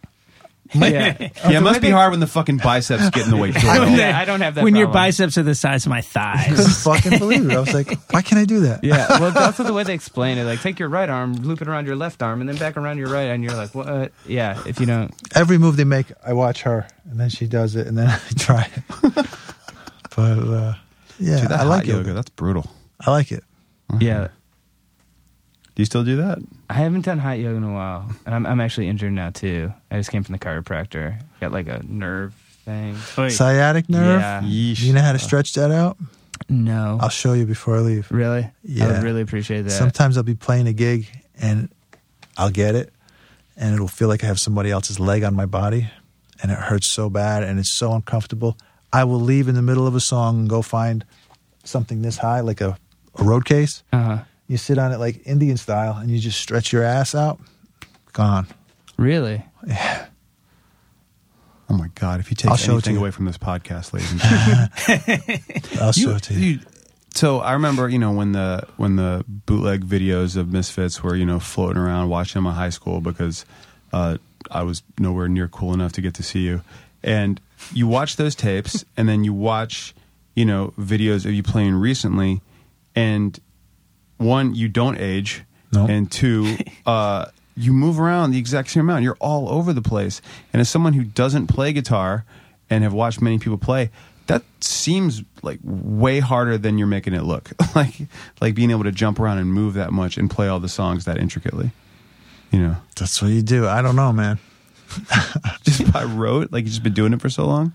[SPEAKER 1] Yeah.
[SPEAKER 3] yeah, it must be hard when the fucking biceps get in the way.
[SPEAKER 1] Yeah.
[SPEAKER 3] Joel. *laughs*
[SPEAKER 1] yeah, I don't have that.
[SPEAKER 2] when your
[SPEAKER 1] problem.
[SPEAKER 2] biceps are the size of my
[SPEAKER 4] couldn't
[SPEAKER 2] thighs.
[SPEAKER 4] fucking believe it. I was like, why can't I do that?
[SPEAKER 1] Yeah,
[SPEAKER 4] *laughs*
[SPEAKER 1] well, it's also the way they explain it. Like, take your right arm, loop it around your left arm, and then back around your right, and you're like, what? Yeah, if you don't.
[SPEAKER 4] every move they make, I watch her, and then she does it, and then *laughs* I try it. but uh, yeah,
[SPEAKER 3] Dude, that
[SPEAKER 4] I like
[SPEAKER 3] hot yoga.
[SPEAKER 4] yoga.
[SPEAKER 3] That's brutal.
[SPEAKER 4] I like it.
[SPEAKER 1] Yeah.
[SPEAKER 3] Do you still do that?
[SPEAKER 1] I haven't done hot yoga in a while, and I'm, I'm actually injured now too. I just came from the chiropractor. Got like a nerve thing.
[SPEAKER 2] *laughs* Wait,
[SPEAKER 4] Sciatic nerve.
[SPEAKER 1] Yeah.
[SPEAKER 3] Yeesh.
[SPEAKER 4] You know how to stretch that out?
[SPEAKER 1] No.
[SPEAKER 4] I'll show you before I leave.
[SPEAKER 1] really? I
[SPEAKER 4] Yeah.
[SPEAKER 1] would really appreciate that.
[SPEAKER 4] Sometimes I'll be playing a gig and I'll get it, and it'll feel like I have somebody else's leg on my body, and it hurts so bad and it's so uncomfortable. I will leave in the middle of a song and go find something this high, like a, a road case.
[SPEAKER 1] Uh-huh.
[SPEAKER 4] You sit on it like Indian style and you just stretch your ass out. Gone.
[SPEAKER 1] Really?
[SPEAKER 3] Oh my god! If you take
[SPEAKER 4] I'll show it
[SPEAKER 3] anything
[SPEAKER 4] to you.
[SPEAKER 3] away from this podcast, ladies and
[SPEAKER 4] *laughs*
[SPEAKER 3] gentlemen,
[SPEAKER 4] I'll show
[SPEAKER 3] You-
[SPEAKER 4] it to you.
[SPEAKER 3] you- so I remember, you know, when the when the bootleg videos of Misfits were, you know, floating around watching them in high school because uh, I was nowhere near cool enough to get to see you. And you watch those tapes, and then you watch, you know, videos of you playing recently, and one, you don't age,
[SPEAKER 4] No.
[SPEAKER 3] and *laughs* two, uh, you move around the exact same amount. You're all over the place. And as someone who doesn't play guitar and have watched many people play, that seems like way harder than you're making it look. *laughs* like like being able to jump around and move that much and play all the songs that intricately. You know, *laughs*
[SPEAKER 4] That's what you do. I don't know, man.
[SPEAKER 3] just by rote, like you've just been doing it for so long.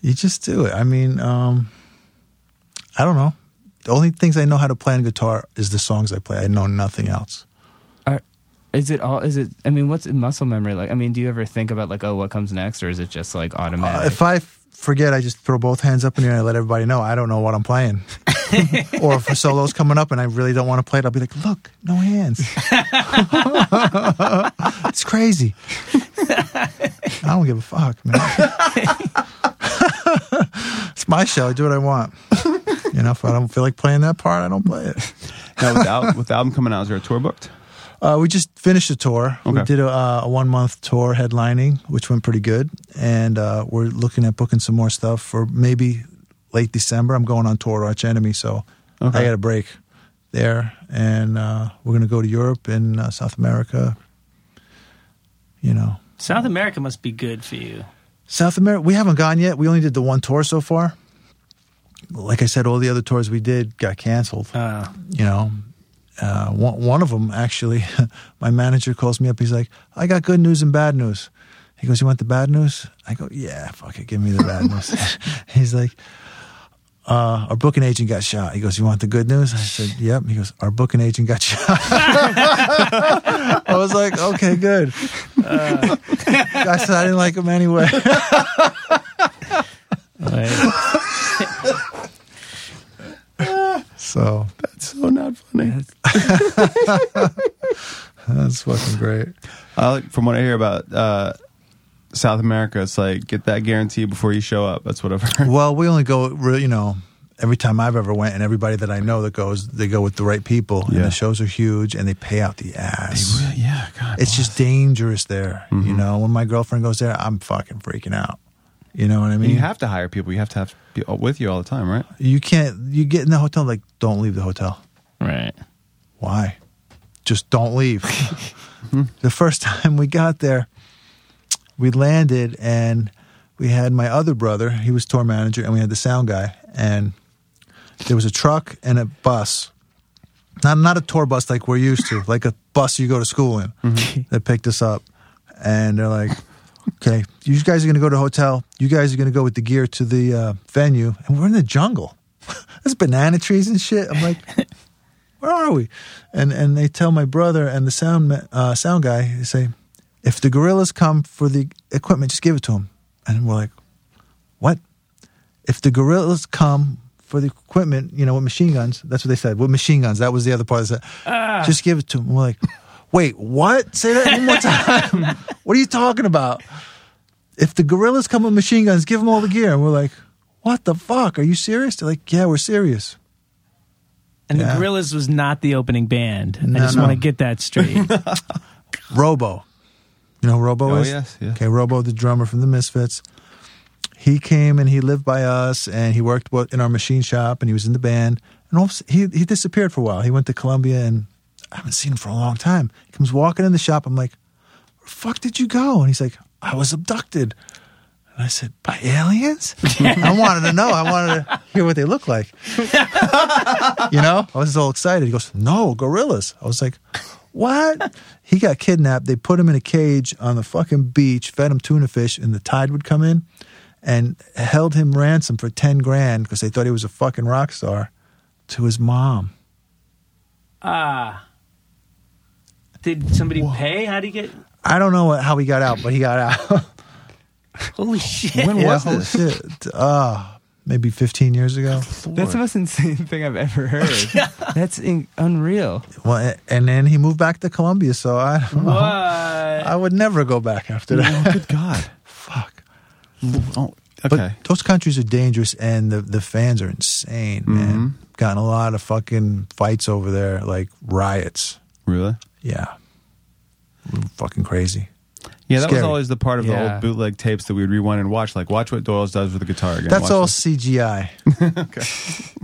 [SPEAKER 4] You just do it. I mean, um, I don't know. The only things I know how to play on guitar is the songs I play. I know nothing else.
[SPEAKER 1] Are, is it all? Is it? I mean, what's muscle memory like? I mean, do you ever think about like, oh, what comes next, or is it just like
[SPEAKER 4] Uh,
[SPEAKER 1] automatic?
[SPEAKER 4] if I f- forget, I just throw both hands up in the air and I let everybody know I don't know what I'm playing. or if a solo's coming up and I really don't want to play it, I'll be like, look, no hands. it's crazy. I don't give a fuck, man. it's my show. I do what I want. You know, if I don't feel like playing that part, I don't play it.
[SPEAKER 3] Now, with the, al- with the album coming out, is there a tour booked?
[SPEAKER 4] Uh, we just finished a tour. We
[SPEAKER 3] Okay.
[SPEAKER 4] did a, uh, a one month tour headlining, which went pretty good. And uh, we're looking at booking some more stuff for maybe late December. I'm going on tour to Arch Enemy, so
[SPEAKER 3] Okay.
[SPEAKER 4] I got a break there. And uh, we're going to go to Europe and uh, South America. You know,
[SPEAKER 2] South America must be good for you.
[SPEAKER 4] South America, we haven't gone yet. We only did the one tour so far. Like I said, all the other tours we did got canceled
[SPEAKER 3] Oh,
[SPEAKER 2] Uh,
[SPEAKER 4] you know, uh, one, one of them actually, *laughs* my manager calls me up. He's like, I got good news and bad news. He goes, You want the bad news? I go, Yeah, fuck it, give me the bad news. *laughs* he's like, uh, Our booking agent got shot. He goes, You want the good news? I said, Yep. He goes, Our booking agent got shot. *laughs* I was like, Okay, good. Uh, I said, I didn't like him anyway. *laughs*
[SPEAKER 2] like,
[SPEAKER 4] so
[SPEAKER 3] That's so not funny.
[SPEAKER 4] that's fucking great.
[SPEAKER 3] I like, from what I hear about uh, South America, it's like get that guarantee before you show up. That's what I've heard.
[SPEAKER 4] Well, we only go really, you know, every time I've ever went, and everybody that I know that goes, they go with the right people,
[SPEAKER 3] Yeah.
[SPEAKER 4] and the shows are huge, and they pay out the ass.
[SPEAKER 3] *laughs* yeah, God.
[SPEAKER 4] it's just dangerous there,
[SPEAKER 3] Mm-hmm.
[SPEAKER 4] you know. When my girlfriend goes there, I'm fucking freaking out. You know what I mean?
[SPEAKER 3] and you have to hire people. You have to have people with you all the time, right?
[SPEAKER 4] you can't. You get in the hotel, like, don't leave the hotel.
[SPEAKER 2] right.
[SPEAKER 4] Why? Just don't leave. the first time we got there, we landed and we had my other brother, he was tour manager, and we had the sound guy. And there was a truck and a bus. Not not a tour bus like we're used to, like a bus you go to school in. That picked us up. And they're like, Okay, you guys are gonna go to a hotel, you guys are gonna go with the gear to the uh, venue, and we're in the jungle. *laughs* There's banana trees and shit. I'm like, where are we? And and they tell my brother and the sound ma- uh, sound guy they say, if the gorillas come for the equipment, just give it to them. And we're like, what? If the gorillas come for the equipment, you know, with machine guns, that's what they said. With machine guns, that was the other part. They said, just give it to them. We're like, wait, what? Say that one more time. *laughs* what are you talking about? If the gorillas come with machine guns, give them all the gear. And we're like, what the fuck? Are you serious? They're like, yeah, we're serious.
[SPEAKER 2] And
[SPEAKER 4] Yeah.
[SPEAKER 2] the Gorillas was not the opening band.
[SPEAKER 4] No,
[SPEAKER 2] I just
[SPEAKER 4] no.
[SPEAKER 2] want to get that straight.
[SPEAKER 4] Robo. You know who Robo
[SPEAKER 3] Oh,
[SPEAKER 4] is?
[SPEAKER 3] yes, yes.
[SPEAKER 4] Okay, Robo, the drummer from the Misfits. He came and he lived by us, and he worked wa- in our machine shop, and he was in the band. And all of a s- he he disappeared for a while. He went to Columbia, and I haven't seen him for a long time. He comes walking in the shop. I'm like, "Where the fuck did you go?" And he's like, "I was abducted." And I said, "By aliens?" *laughs* I wanted to know. I wanted to hear what they look like. you know, I was all excited. He goes, "No, gorillas." I was like, "What?" He got kidnapped. They put him in a cage on the fucking beach, fed him tuna fish, and the tide would come in, and held him ransom for ten grand because they thought he was a fucking rock star. To his mom,
[SPEAKER 2] Ah. Did somebody pay? How'd he get?
[SPEAKER 4] I don't know what, how he got out, but he got out.
[SPEAKER 2] Holy shit.
[SPEAKER 3] *laughs*
[SPEAKER 4] *laughs*
[SPEAKER 3] When was
[SPEAKER 4] holy
[SPEAKER 3] this?
[SPEAKER 4] shit! Uh, maybe fifteen years ago.
[SPEAKER 1] That's the most insane *laughs* thing I've ever *laughs* heard. That's in- unreal.
[SPEAKER 4] Well, a- and then he moved back to Colombia, so I don't know.
[SPEAKER 2] What?
[SPEAKER 4] I would never go back after that.
[SPEAKER 3] Oh, good God.
[SPEAKER 4] *laughs* Fuck.
[SPEAKER 3] Oh,
[SPEAKER 4] But
[SPEAKER 3] okay.
[SPEAKER 4] those countries are dangerous, and the the fans are insane, man. Gotten a lot of fucking fights over there, like riots.
[SPEAKER 3] really?
[SPEAKER 4] Yeah, fucking crazy.
[SPEAKER 3] Yeah, that was
[SPEAKER 4] Scary.
[SPEAKER 3] always the part of the
[SPEAKER 1] Yeah.
[SPEAKER 3] old bootleg tapes that we would rewind and watch. Like, watch what Doyle's does with the guitar again.
[SPEAKER 4] That's
[SPEAKER 3] Watch
[SPEAKER 4] all
[SPEAKER 3] this.
[SPEAKER 4] CGI.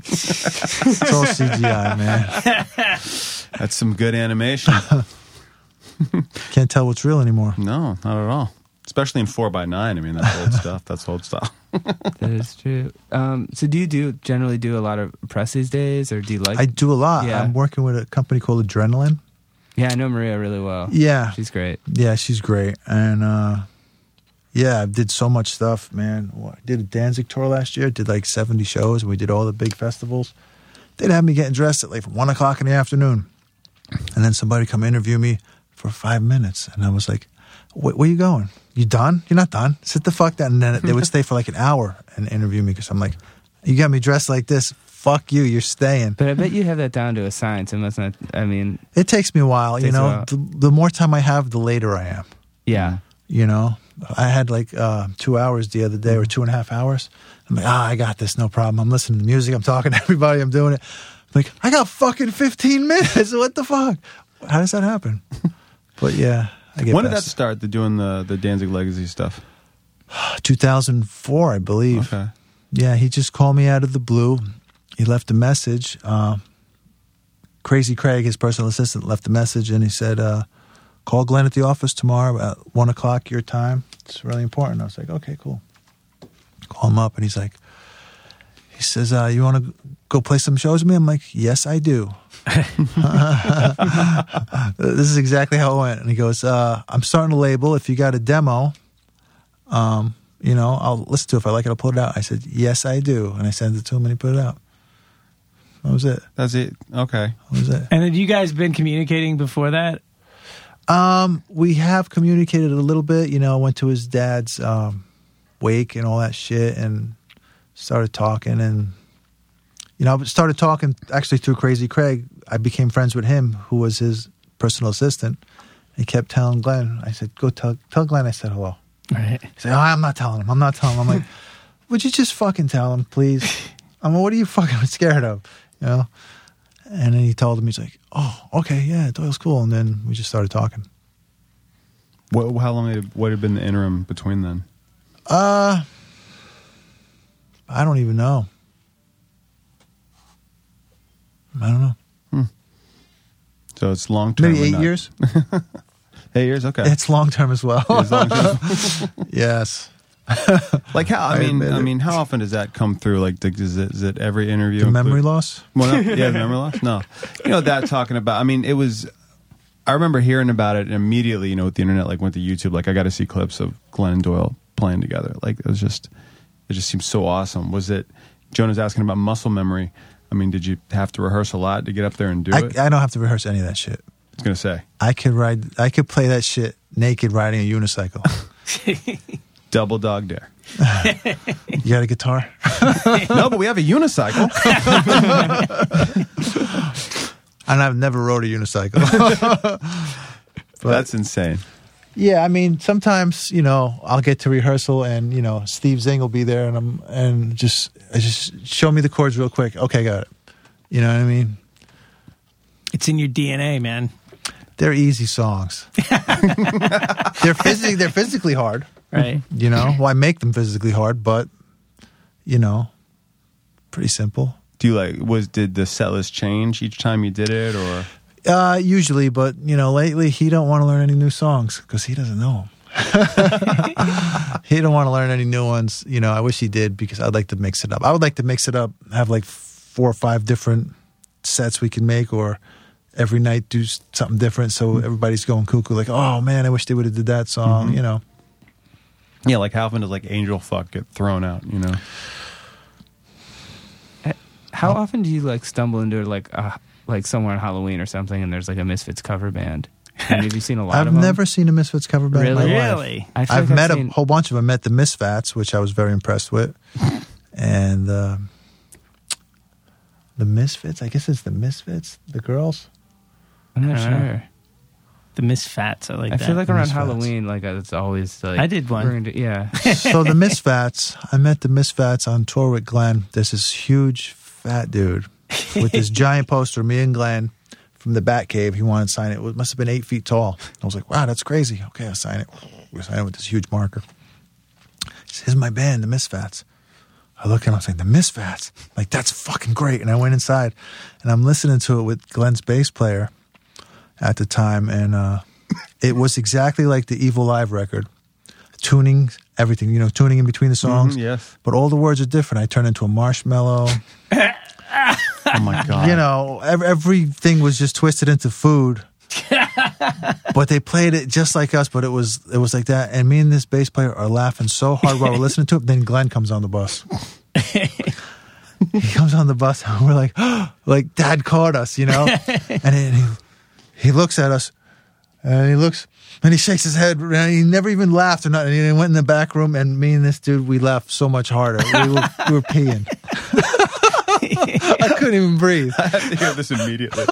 [SPEAKER 4] It's all CGI, man.
[SPEAKER 3] That's some good animation.
[SPEAKER 4] Can't tell what's real anymore.
[SPEAKER 3] *laughs* no, not at all. especially in four by nine. I mean, that's old stuff. That's old *laughs* stuff.
[SPEAKER 1] That is true. Um, so do you do generally do a lot of press these days, or do you like?
[SPEAKER 4] I do a lot.
[SPEAKER 1] Yeah.
[SPEAKER 4] I'm working with a company called Adrenaline.
[SPEAKER 1] yeah, I know Maria really well.
[SPEAKER 4] Yeah.
[SPEAKER 1] she's great.
[SPEAKER 4] Yeah, she's great. And uh yeah, I did so much stuff, man. I did a Danzig tour last year, did like 70 shows, and we did all the big festivals. They'd have me getting dressed at like one o'clock in the afternoon. And then somebody come interview me for five minutes. And I was like, "Wh- where you going? You done? You're not done. Sit the fuck down. And then they would stay for like an hour and interview me because I'm like, you got me dressed like this. Fuck you. You're staying.
[SPEAKER 1] But I bet you have that down to a science. It must not. I mean,
[SPEAKER 4] It takes me a while. You
[SPEAKER 1] Takes a
[SPEAKER 4] know,
[SPEAKER 1] while.
[SPEAKER 4] The, the more time I have, the later I am.
[SPEAKER 1] yeah.
[SPEAKER 4] you know i had like uh, two hours the other day or two and a half hours i'm like ah i got this no problem i'm listening to music i'm talking to *laughs* everybody i'm doing it I'm like i got fucking 15 *laughs* minutes what the fuck how does that happen but yeah i get
[SPEAKER 3] when did that
[SPEAKER 4] past
[SPEAKER 3] start? The doing the the Danzig Legacy stuff.
[SPEAKER 4] it. 2004 i believe
[SPEAKER 3] Okay.
[SPEAKER 4] yeah he just called me out of the blue he left a message uh, crazy craig his personal assistant left a message and he said uh, call glenn at the office tomorrow at 1 o'clock your time it's really important i was like okay cool call him up and he's like he says uh, you want to go play some shows with me i'm like yes i do *laughs* this is exactly how it went and he goes uh, i'm starting a label if you got a demo um, you know i'll listen to it if i like it i'll put it out i said yes i do and i sent it to him and he put it out that was it
[SPEAKER 3] That's it. Okay.
[SPEAKER 4] that was it
[SPEAKER 2] And had you guys been communicating before that?
[SPEAKER 4] Um, we have communicated a little bit. You know, I went to his dad's um, wake and all that shit, and started talking. And you know, I started talking actually through Crazy Craig. I became friends with him, who was his personal assistant. He kept telling Glenn. I said, "Go tell tell Glenn." I said, "Hello."
[SPEAKER 2] Right.
[SPEAKER 4] He's like, oh, I'm not telling him. I'm not telling him. I'm like, would you just fucking tell him, please? I'm like, what are you fucking *laughs* scared of? You know? And then he told him, he's like, oh, okay, yeah, Doyle's cool. And then we just started talking.
[SPEAKER 3] What, how long? Had, what had been the interim between then?
[SPEAKER 4] Uh, I don't even know. I don't know.
[SPEAKER 3] So it's long term.
[SPEAKER 4] Maybe
[SPEAKER 3] or
[SPEAKER 4] eight
[SPEAKER 3] not?
[SPEAKER 4] *laughs* years.
[SPEAKER 3] Eight years. Okay.
[SPEAKER 4] It's long term as well.
[SPEAKER 3] It's long term.
[SPEAKER 4] *laughs* yes.
[SPEAKER 3] like how? I,
[SPEAKER 4] I
[SPEAKER 3] mean,
[SPEAKER 4] admit
[SPEAKER 3] I
[SPEAKER 4] it.
[SPEAKER 3] mean, how often does that come through? Like, the, is, it, is it every interview?
[SPEAKER 4] The memory
[SPEAKER 3] include-
[SPEAKER 4] loss.
[SPEAKER 3] Well, no,
[SPEAKER 4] *laughs*
[SPEAKER 3] yeah, memory loss. No, you know that talking about. I mean, it was. I remember hearing about it and immediately. You know, with the internet, like went to YouTube. Like I got to see clips of Glenn and Doyle playing together. Like it was just, it just seemed so awesome. Was it? Jonah's asking about muscle memory. I mean, did you have to rehearse a lot to get up there and do
[SPEAKER 4] I,
[SPEAKER 3] it? I
[SPEAKER 4] I don't have to rehearse any of that shit.
[SPEAKER 3] was gonna say
[SPEAKER 4] I could ride. I could play that shit naked riding a unicycle.
[SPEAKER 3] *laughs* double dog dare. *laughs*
[SPEAKER 4] you got a guitar?
[SPEAKER 3] no, but we have a unicycle.
[SPEAKER 4] *laughs* and I've never rode a *laughs* unicycle.
[SPEAKER 3] That's insane.
[SPEAKER 4] yeah, I mean, sometimes you know I'll get to rehearsal and you know Steve Zing will be there and I'm and just I just show me the chords real quick. Okay, got it. You know what I mean?
[SPEAKER 2] It's in your DNA, man.
[SPEAKER 4] They're easy *laughs* songs. they're physically they're physically hard.
[SPEAKER 2] Right.
[SPEAKER 4] You know, well, I make them physically hard, but you know, pretty simple.
[SPEAKER 3] Do you like? Was did the set list change each time you did it, or?
[SPEAKER 4] Uh, usually, but you know, lately he don't want to learn any new songs because he doesn't know 'em. *laughs* he don't want to learn any new ones. You know, I wish he did because I'd like to mix it up. I would like to mix it up, have like four or five different sets we can make, or every night do s- something different. So everybody's going cuckoo, like, oh man, I wish they would have did that song. You know,
[SPEAKER 3] Yeah, like how often does like angel fuck get thrown out? You *laughs* know.
[SPEAKER 1] How often do you like stumble into like a, like somewhere on Halloween or something, and there's like a Misfits cover band? I mean, have you seen a lot
[SPEAKER 4] I've
[SPEAKER 1] of them?
[SPEAKER 4] never seen a Misfits cover band in my
[SPEAKER 1] Really?
[SPEAKER 4] life.
[SPEAKER 2] Really?
[SPEAKER 1] I feel
[SPEAKER 4] I've
[SPEAKER 1] like
[SPEAKER 4] met
[SPEAKER 1] I've
[SPEAKER 4] a
[SPEAKER 1] seen-
[SPEAKER 4] whole bunch of them. Met the Misfats, which I was very impressed with, and uh, the Misfits. I guess it's the Misfits,
[SPEAKER 1] *laughs*
[SPEAKER 4] the girls.
[SPEAKER 1] I'm not
[SPEAKER 2] I don't know.
[SPEAKER 1] sure.
[SPEAKER 2] The misfats. I like
[SPEAKER 1] I
[SPEAKER 2] that.
[SPEAKER 1] feel like around
[SPEAKER 4] Misfits.
[SPEAKER 1] Halloween, like it's always like
[SPEAKER 2] I did one.
[SPEAKER 1] we're gonna
[SPEAKER 2] *laughs*
[SPEAKER 1] do- yeah,
[SPEAKER 4] so the Misfats. I met the Misfats on tour with Glenn. There's this huge fat dude *laughs* with this giant poster. Me and Glenn from the Batcave. He wanted to sign it. It must have been eight feet tall. I was like, wow, that's crazy. Okay, I'll sign it. We signed it with this huge marker. He says, "Here's my band, the Misfats. I look at him, I was like, the Misfats. Like, that's fucking great. And I went inside and I'm listening to it with Glenn's bass player *coughs* at the time. And uh, it was exactly like the Evil Live record. tuning everything. You know, tuning in between the songs.
[SPEAKER 3] yes.
[SPEAKER 4] But all the words are different. I turn into a marshmallow.
[SPEAKER 3] Oh my god.
[SPEAKER 4] you know, ev- everything was just twisted into *laughs* food. but they played it just like us, but it was it was like that. And me and this bass player are laughing so hard while we're listening to it. Then Glenn comes on the bus. he comes on the bus, and we're like, *gasps* like Dad caught us, you *laughs* know. and then he he looks at us, and he looks, and he shakes his head. And he never even laughed or nothing. And he went in the back room, and me and this dude, we laughed so much harder. We were, we were peeing. *laughs* I couldn't even breathe.
[SPEAKER 3] I have to hear this *laughs* immediately.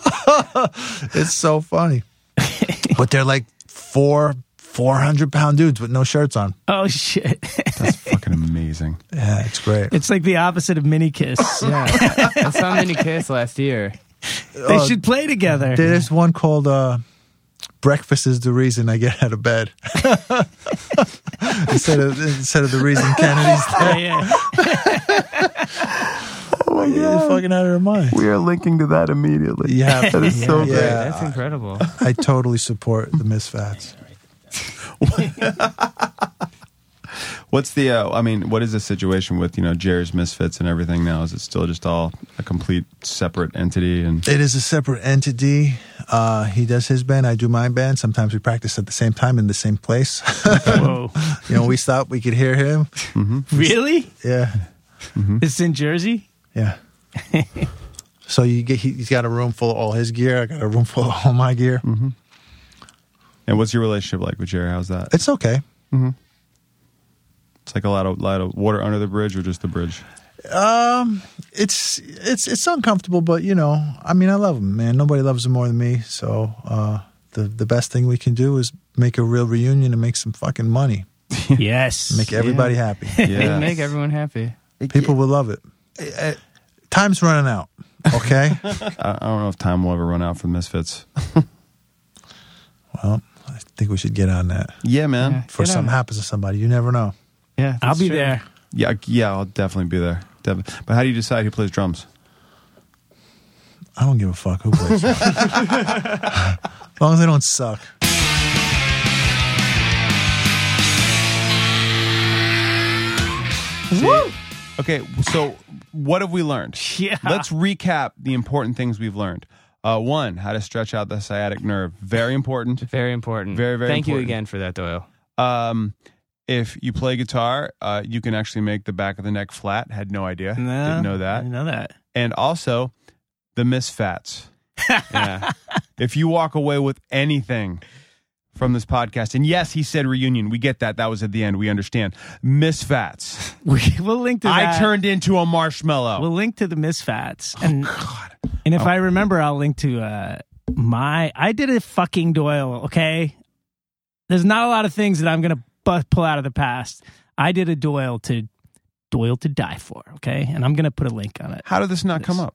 [SPEAKER 4] It's so *laughs* funny. but they're like four, 400 pound dudes with no shirts on.
[SPEAKER 2] Oh shit! *laughs*
[SPEAKER 3] That's fucking amazing.
[SPEAKER 4] Yeah, it's great.
[SPEAKER 2] It's like the opposite of mini kiss.
[SPEAKER 1] Yeah. I saw Mini Kiss last year.
[SPEAKER 3] Oh.
[SPEAKER 2] They should play together.
[SPEAKER 4] There's one called uh, Breakfast is the Reason I Get Out of Bed. *laughs* instead, of, instead of the reason *laughs* Kennedy's
[SPEAKER 2] Yeah, yeah.
[SPEAKER 4] You're *laughs* fucking out of your mind.
[SPEAKER 5] We are linking to that immediately.
[SPEAKER 4] Yeah,
[SPEAKER 5] *laughs* That is so
[SPEAKER 4] yeah,
[SPEAKER 5] great.
[SPEAKER 1] That's incredible.
[SPEAKER 4] I totally support the Misfits.
[SPEAKER 3] What's the? Uh, I mean, what is the situation with you know Jerry's Misfits and everything now? Is it still just all a complete separate entity? And
[SPEAKER 4] It is a separate entity. Uh, he does his band, I do my band. Sometimes we practice at the same time in the same place. *laughs*
[SPEAKER 2] Whoa!
[SPEAKER 3] *laughs*
[SPEAKER 4] you know, we stop, we could hear him.
[SPEAKER 2] Really?
[SPEAKER 4] Yeah.
[SPEAKER 3] Hmm?
[SPEAKER 2] It's in Jersey.
[SPEAKER 4] Yeah. *laughs* so you get he, he's got a room full of all his gear. I got a room full of all my gear.
[SPEAKER 1] Mm-hmm.
[SPEAKER 3] and what's your relationship like with Jerry? How's that?
[SPEAKER 4] It's okay.
[SPEAKER 3] It's like a lot of lot of water under the bridge, or just the *laughs* bridge.
[SPEAKER 4] It's it's it's uncomfortable, but you know, I mean, I love him, man. Nobody loves him more than me. So uh, the the best thing we can do is make a real reunion and make some fucking money,
[SPEAKER 2] yes.
[SPEAKER 4] make everybody
[SPEAKER 1] *laughs*
[SPEAKER 4] happy.
[SPEAKER 1] They
[SPEAKER 3] Yeah.
[SPEAKER 1] make everyone happy.
[SPEAKER 4] People will love it. Eh, eh, Time's running out.
[SPEAKER 1] *laughs*
[SPEAKER 4] Okay.
[SPEAKER 3] I, I don't know if time will ever run out for the Misfits.
[SPEAKER 4] well, I think we should get on that.
[SPEAKER 3] Yeah, man.
[SPEAKER 1] Yeah.
[SPEAKER 4] For
[SPEAKER 1] Get on
[SPEAKER 4] something
[SPEAKER 1] it.
[SPEAKER 4] happens to somebody, you never know.
[SPEAKER 1] Yeah.
[SPEAKER 2] I'll
[SPEAKER 1] that's
[SPEAKER 2] be
[SPEAKER 1] true.
[SPEAKER 2] there.
[SPEAKER 3] Yeah, yeah, I'll definitely be there. Def- But how do you decide who plays drums?
[SPEAKER 4] I don't give a fuck who
[SPEAKER 1] *laughs*
[SPEAKER 4] plays. as long *laughs* as they don't suck.
[SPEAKER 3] Okay, so what have we *laughs* learned?
[SPEAKER 2] Yeah.
[SPEAKER 3] Let's recap the important things we've learned. Uh, one, how to stretch out the sciatic nerve. Very important.
[SPEAKER 1] Very important.
[SPEAKER 3] Very, very
[SPEAKER 1] Thank you
[SPEAKER 3] important.
[SPEAKER 1] again for that, Doyle.
[SPEAKER 3] Um, if you play guitar, uh, you can actually make the back of the neck flat. Had no idea.
[SPEAKER 2] No,
[SPEAKER 3] Didn't know that.
[SPEAKER 2] Didn't know that. *laughs*
[SPEAKER 3] And also, the *laughs* misfats.
[SPEAKER 1] Yeah.
[SPEAKER 3] if you walk away with anything from this podcast, and yes, he said reunion. We get that. That was at the end. We understand. Misfats.
[SPEAKER 2] We, we'll link to that.
[SPEAKER 3] I turned Oh, into a marshmallow.
[SPEAKER 2] We'll link to the Misfats. And, and
[SPEAKER 3] Oh.
[SPEAKER 2] if I remember, I'll link to uh, my. I did a fucking Doyle, okay? There's not a lot of things that I'm going to bu- pull out of the past. I did a Doyle to Doyle to die for, okay? And I'm going to put a link on it
[SPEAKER 3] how did this not come up?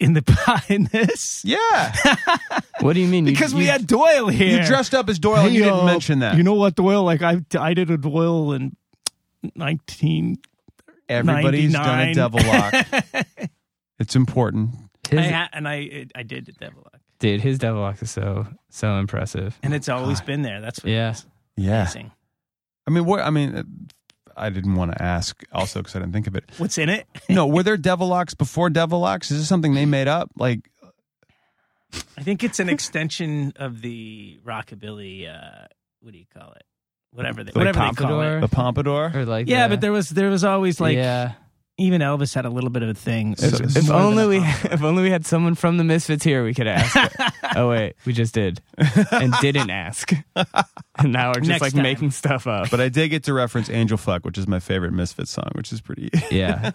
[SPEAKER 2] in the *laughs* in this
[SPEAKER 3] Yeah. *laughs*
[SPEAKER 1] what do you mean? You-
[SPEAKER 2] because we
[SPEAKER 1] you-
[SPEAKER 2] had Doyle here.
[SPEAKER 3] You dressed up as Doyle and you
[SPEAKER 2] Hey,
[SPEAKER 3] didn't
[SPEAKER 2] uh,
[SPEAKER 3] mention that.
[SPEAKER 2] You know what Doyle? Like I, I did a Doyle in 19.
[SPEAKER 3] Everybody's done
[SPEAKER 2] 99.
[SPEAKER 3] a devil lock. *laughs* it's important.
[SPEAKER 2] I
[SPEAKER 1] his,
[SPEAKER 2] ha- and I, I did the Devil Lock.
[SPEAKER 1] dude, his devil walk is so so impressive.
[SPEAKER 2] and it's always been there. That's what
[SPEAKER 1] Yeah.
[SPEAKER 2] it's
[SPEAKER 3] Yeah.
[SPEAKER 2] amazing.
[SPEAKER 3] I mean, what, I mean, uh, I didn't want to ask also because I didn't think of it.
[SPEAKER 2] What's in it?
[SPEAKER 3] No, were there devil locks before devil locks? Is this something they made up? Like,
[SPEAKER 2] I think it's *laughs* an extension of the rockabilly. Uh, what do you call it? Whatever they,
[SPEAKER 3] The
[SPEAKER 2] whatever they call
[SPEAKER 1] pompadour?
[SPEAKER 2] it.
[SPEAKER 3] the pompadour?
[SPEAKER 1] Or like
[SPEAKER 2] Yeah,
[SPEAKER 1] the-
[SPEAKER 2] but there was there was always like
[SPEAKER 1] yeah.
[SPEAKER 2] even Elvis had a little bit of a thing.
[SPEAKER 3] If-
[SPEAKER 2] It was
[SPEAKER 1] If
[SPEAKER 2] more than
[SPEAKER 1] only
[SPEAKER 2] a
[SPEAKER 1] we,
[SPEAKER 2] pop.
[SPEAKER 1] *laughs* if only we had someone from the Misfits here, we could ask.
[SPEAKER 2] *laughs*
[SPEAKER 1] oh wait, we just did, and didn't ask, and now we're just
[SPEAKER 2] Next
[SPEAKER 1] like
[SPEAKER 2] time.
[SPEAKER 1] making stuff up.
[SPEAKER 3] But I did get to reference Angel Fuck, which is my favorite Misfits song, which is pretty. *laughs*
[SPEAKER 1] Yeah,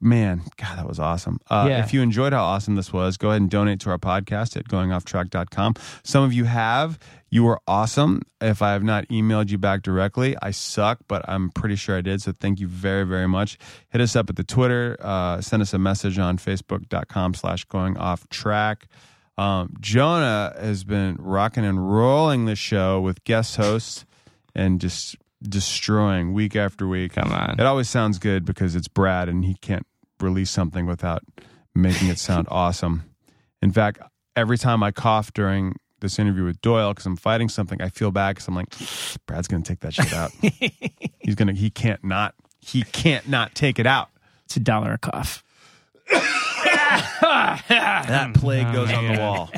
[SPEAKER 3] Man, God, that was awesome. Uh,
[SPEAKER 1] Yeah.
[SPEAKER 3] If you enjoyed how awesome this was, go ahead and donate to our podcast at goingofftrack.com. Some of you have. You are awesome. If I have not emailed you back directly, I suck, but I'm pretty sure I did. So thank you very, very much. Hit us up at the Twitter. Uh, send us a message on facebook.com slash going off track. Um, Jonah has been rocking and rolling this show with guest hosts and just destroying week after week.
[SPEAKER 1] *laughs* come on.
[SPEAKER 3] It always sounds good because it's Brad and he can't release something without making it sound awesome. In fact, every time I cough during this interview with Doyle because I'm fighting something. I feel bad because I'm like, Brad's gonna take that shit out. He's gonna. He can't not. He can't not take it out.
[SPEAKER 2] It's a dollar a cough.
[SPEAKER 3] That plague goes on the wall,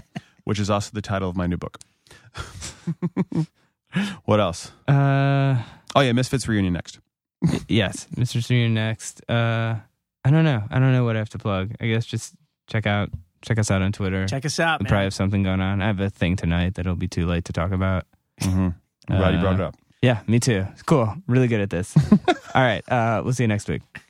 [SPEAKER 3] which is also the title of my new book. *laughs* what else?
[SPEAKER 1] Uh,
[SPEAKER 3] Oh yeah, Misfits reunion next.
[SPEAKER 1] yes, Mr. Senior next. Uh, I don't know. I don't know what I have to plug. I guess just check out check us out on Twitter.
[SPEAKER 2] Check us out,
[SPEAKER 1] we
[SPEAKER 2] man.
[SPEAKER 1] probably have something going on. I have a thing tonight that'll be too late to talk about.
[SPEAKER 3] Mm-hmm. Glad you brought it
[SPEAKER 1] Uh,
[SPEAKER 3] up.
[SPEAKER 2] *laughs*
[SPEAKER 1] Yeah, me too. It's cool. Really good at this. All right. Uh, we'll see you next week.